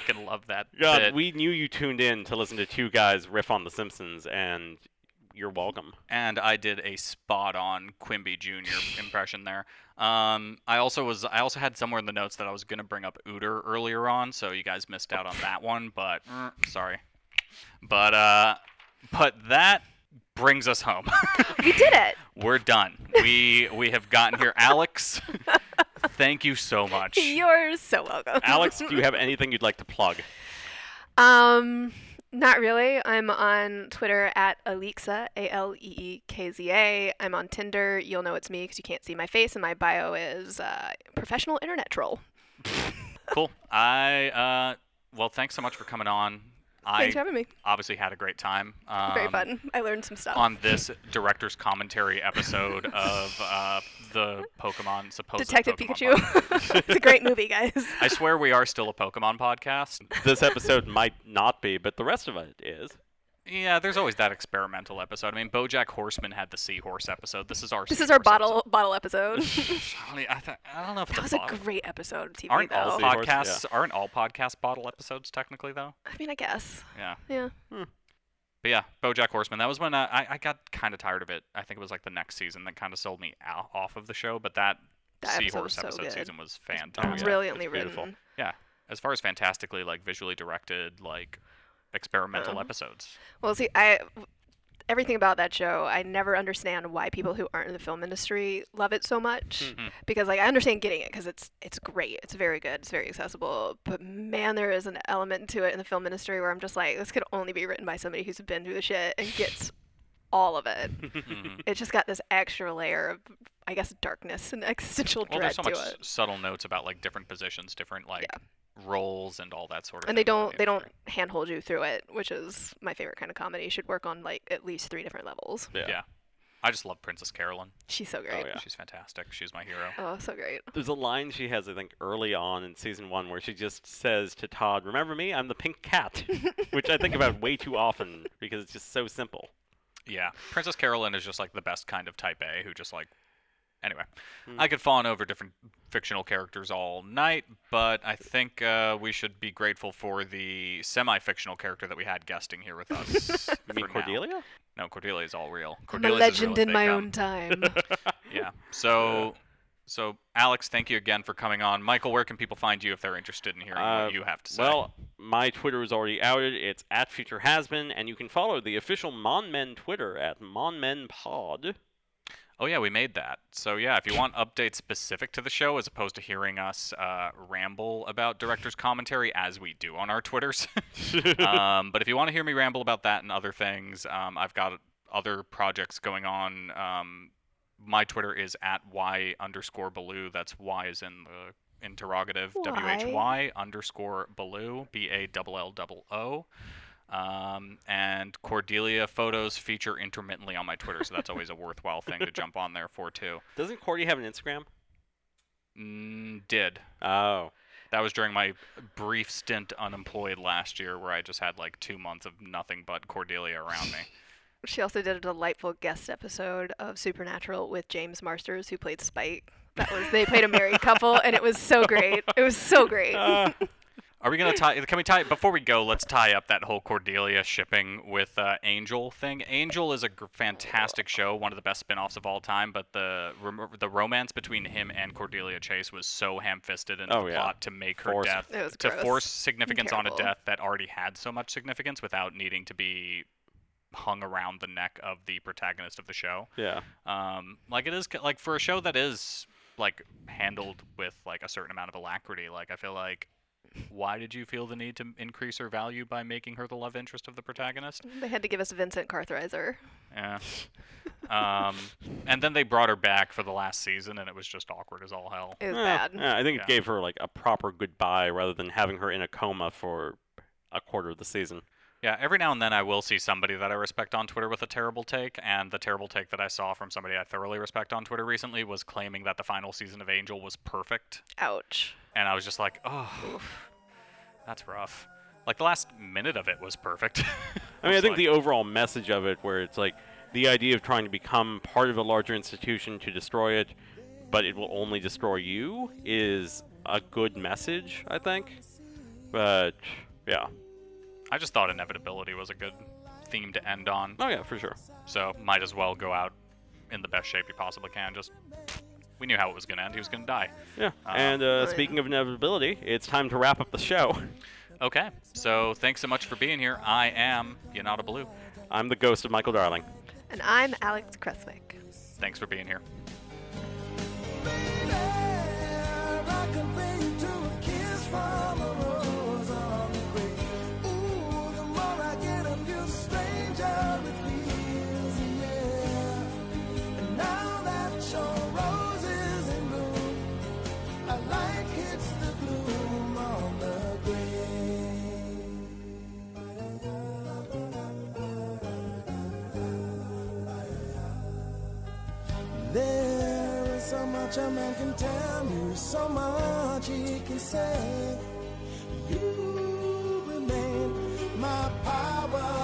Speaker 3: Fucking love that.
Speaker 2: God,
Speaker 3: bit.
Speaker 2: we knew you tuned in to listen to two guys riff on The Simpsons, and you're welcome.
Speaker 3: and I did a spot on Quimby Jr. impression there. Um, I also was I also had somewhere in the notes that I was gonna bring up Uter earlier on, so you guys missed out on that one. But mm, sorry, but uh, but that brings us home.
Speaker 1: we did it.
Speaker 3: We're done. We we have gotten here, Alex. thank you so much.
Speaker 1: You're so welcome.
Speaker 2: Alex, do you have anything you'd like to plug?
Speaker 1: Um, not really. I'm on Twitter at Alexa, A L E E K Z A. I'm on Tinder. You'll know it's me because you can't see my face, and my bio is uh, professional internet troll.
Speaker 3: Cool. I uh, well, thanks so much for coming on. I
Speaker 1: Thanks for having me.
Speaker 3: obviously had a great time. Um,
Speaker 1: Very fun. I learned some stuff.
Speaker 3: on this director's commentary episode of uh, the Pokemon supposed
Speaker 1: Detective
Speaker 3: Pokemon podcast.
Speaker 1: Pikachu. it's a great movie, guys.
Speaker 3: I swear we are still a Pokemon podcast.
Speaker 2: this episode might not be, but the rest of it is.
Speaker 3: Yeah, there's always that experimental episode. I mean, BoJack Horseman had the seahorse episode. This is our.
Speaker 1: This is our
Speaker 3: seahorse
Speaker 1: bottle bottle episode.
Speaker 3: episode. I, don't, I th- I don't know if it's
Speaker 1: that was
Speaker 3: a
Speaker 1: a
Speaker 3: bottle.
Speaker 1: great episode of TV
Speaker 3: aren't
Speaker 1: though.
Speaker 2: though.
Speaker 3: all
Speaker 2: Seahorse, yeah.
Speaker 3: podcasts aren't all podcast bottle episodes technically though?
Speaker 1: I mean, I guess.
Speaker 3: Yeah.
Speaker 1: Yeah.
Speaker 3: But yeah, BoJack Horseman. That was when uh, I I got kind of tired of it. I think it was like the next season that kind of sold me out, off of the show. But that,
Speaker 1: That episode
Speaker 3: seahorse
Speaker 1: was so
Speaker 3: episode
Speaker 1: good.
Speaker 3: season was fantastic.
Speaker 2: it's
Speaker 1: Brilliantly
Speaker 2: beautiful.
Speaker 1: written.
Speaker 3: Yeah, as far as fantastically like visually directed like experimental episodes.
Speaker 1: Well, see, I everything about that show, I never understand why people who aren't in the film industry love it so much.
Speaker 3: Mm-hmm.
Speaker 1: Because like I understand getting it because it's it's great, it's very good, it's very accessible. But man, there is an element to it in the film industry where I'm just like, this could only be written by somebody who's been through the shit and gets all of it.
Speaker 3: Mm-hmm.
Speaker 1: It's just got this extra layer of, I guess, darkness and existential
Speaker 3: Well,
Speaker 1: dread
Speaker 3: there's so
Speaker 1: to
Speaker 3: much
Speaker 1: it.
Speaker 3: subtle notes about like different positions, different like roles, and all that sort of.
Speaker 1: and they
Speaker 3: thing within
Speaker 1: don't
Speaker 3: the
Speaker 1: they don't
Speaker 3: industry.
Speaker 1: handhold you through it which is my favorite kind of comedy You should work on like at least three different levels
Speaker 2: Yeah.
Speaker 3: Yeah, I just love Princess Carolyn.
Speaker 1: she's so great oh,
Speaker 2: yeah.
Speaker 3: She's fantastic. She's my hero.
Speaker 1: so great
Speaker 2: There's a line she has, I think, early on in season one where she just says to Todd, Remember me? I'm the pink cat, which I think about way too often because it's just so simple.
Speaker 3: Yeah, Princess Carolyn is just like the best kind of type A who just like. Anyway,
Speaker 2: Hmm.
Speaker 3: I could fawn over different fictional characters all night, but I think uh, we should be grateful for the semi-fictional character that we had guesting here with us.
Speaker 2: You mean
Speaker 3: for now.
Speaker 2: Cordelia?
Speaker 3: No, Cordelia is all real.
Speaker 1: i'm a
Speaker 3: Cordelia's as real
Speaker 1: legend
Speaker 3: as
Speaker 1: in
Speaker 3: they
Speaker 1: my
Speaker 3: come.
Speaker 1: own time
Speaker 3: Yeah. So, so Alex, thank you again for coming on. Michael, where can people find you if they're interested in hearing
Speaker 2: Uh,
Speaker 3: what you have to say?
Speaker 2: Well, my Twitter is already outed. It's at Future Has Been, and you can follow the official Mon Men Twitter at Mon Men Pod.
Speaker 3: Oh yeah, we made that. So yeah, if you want updates specific to the show, as opposed to hearing us uh, ramble about directors' commentary as we do on our Twitters, um, but if you want to hear me ramble about that and other things, um, I've got other projects going on. Um, my Twitter is at y underscore Baloo. That's y is in the interrogative. W h y underscore Baloo. B a double l double o. Um, and Cordelia photos feature intermittently on my Twitter, so that's always a worthwhile thing to jump on there for too.
Speaker 2: Doesn't Cordy have an Instagram?
Speaker 3: Mm, did
Speaker 2: Oh.
Speaker 3: that was during my brief stint unemployed last year, where I just had like two months of nothing but Cordelia around me.
Speaker 1: she also did a delightful guest episode of supernatural with james marsters who played spike that was they played a married couple and it was so great it was so great
Speaker 3: Are we gonna tie? Can we tie? Before we go, let's tie up that whole Cordelia shipping with uh, Angel thing. Angel is a gr- fantastic show, one of the best spin-offs of all time. But the rem- the romance between him and Cordelia Chase was so ham-fisted in
Speaker 2: Oh,
Speaker 3: the
Speaker 2: yeah.
Speaker 3: plot to make her
Speaker 2: Forced.
Speaker 3: death
Speaker 1: It was
Speaker 3: to
Speaker 1: gross
Speaker 3: force
Speaker 1: and
Speaker 3: significance on a
Speaker 1: terrible.
Speaker 3: death that already had so much significance without needing to be hung around the neck of the protagonist of the show.
Speaker 2: Yeah.
Speaker 3: Um, like it is ki- like for a show that is like handled with like a certain amount of alacrity. Like I feel like, why did you feel the need to increase her value by making her the love interest of the protagonist?
Speaker 1: they had to give us vincent carthriser
Speaker 3: Yeah. Um, and then they brought her back for the last season, and it was just awkward as all hell.
Speaker 1: it was
Speaker 2: Yeah,
Speaker 1: bad
Speaker 2: yeah, I think
Speaker 3: Yeah.
Speaker 2: it gave her like a proper goodbye rather than having her in a coma for a quarter of the season.
Speaker 3: Yeah, every now and then I will see somebody that I respect on Twitter with a terrible take, and the terrible take that I saw from somebody I thoroughly respect on Twitter recently was claiming that the final season of Angel was perfect.
Speaker 1: ouch
Speaker 3: and I was just like, oh, that's rough. Like the last minute of it was
Speaker 2: I
Speaker 3: perfect.
Speaker 2: mean, I
Speaker 3: was
Speaker 2: think
Speaker 3: like,
Speaker 2: the overall message of it, where it's like the idea of trying to become part of a larger institution to destroy it, but it will only destroy you, is a good message, I think. But yeah,
Speaker 3: I just thought inevitability was a good theme to end on,
Speaker 2: oh yeah, for sure.
Speaker 3: so might as well go out in the best shape you possibly can. Just we knew how it was gonna end. He was gonna die.
Speaker 2: Yeah. and uh,
Speaker 1: yeah.
Speaker 2: speaking of inevitability, it's time to wrap up the show.
Speaker 3: Okay, so thanks so much for being here. I am Yanada Blue.
Speaker 2: I'm the ghost of Michael Darling.
Speaker 1: and i'm alex Kreswick.
Speaker 3: Thanks for being here.
Speaker 7: I can bring you to a kiss from a rose on the grave. Ooh, the more I get of you, the stranger it feels, yeah. And now that your rose is in bloom, I like it's the gloom on the grave. There much a man can tell you, so much he can say. You remain my power.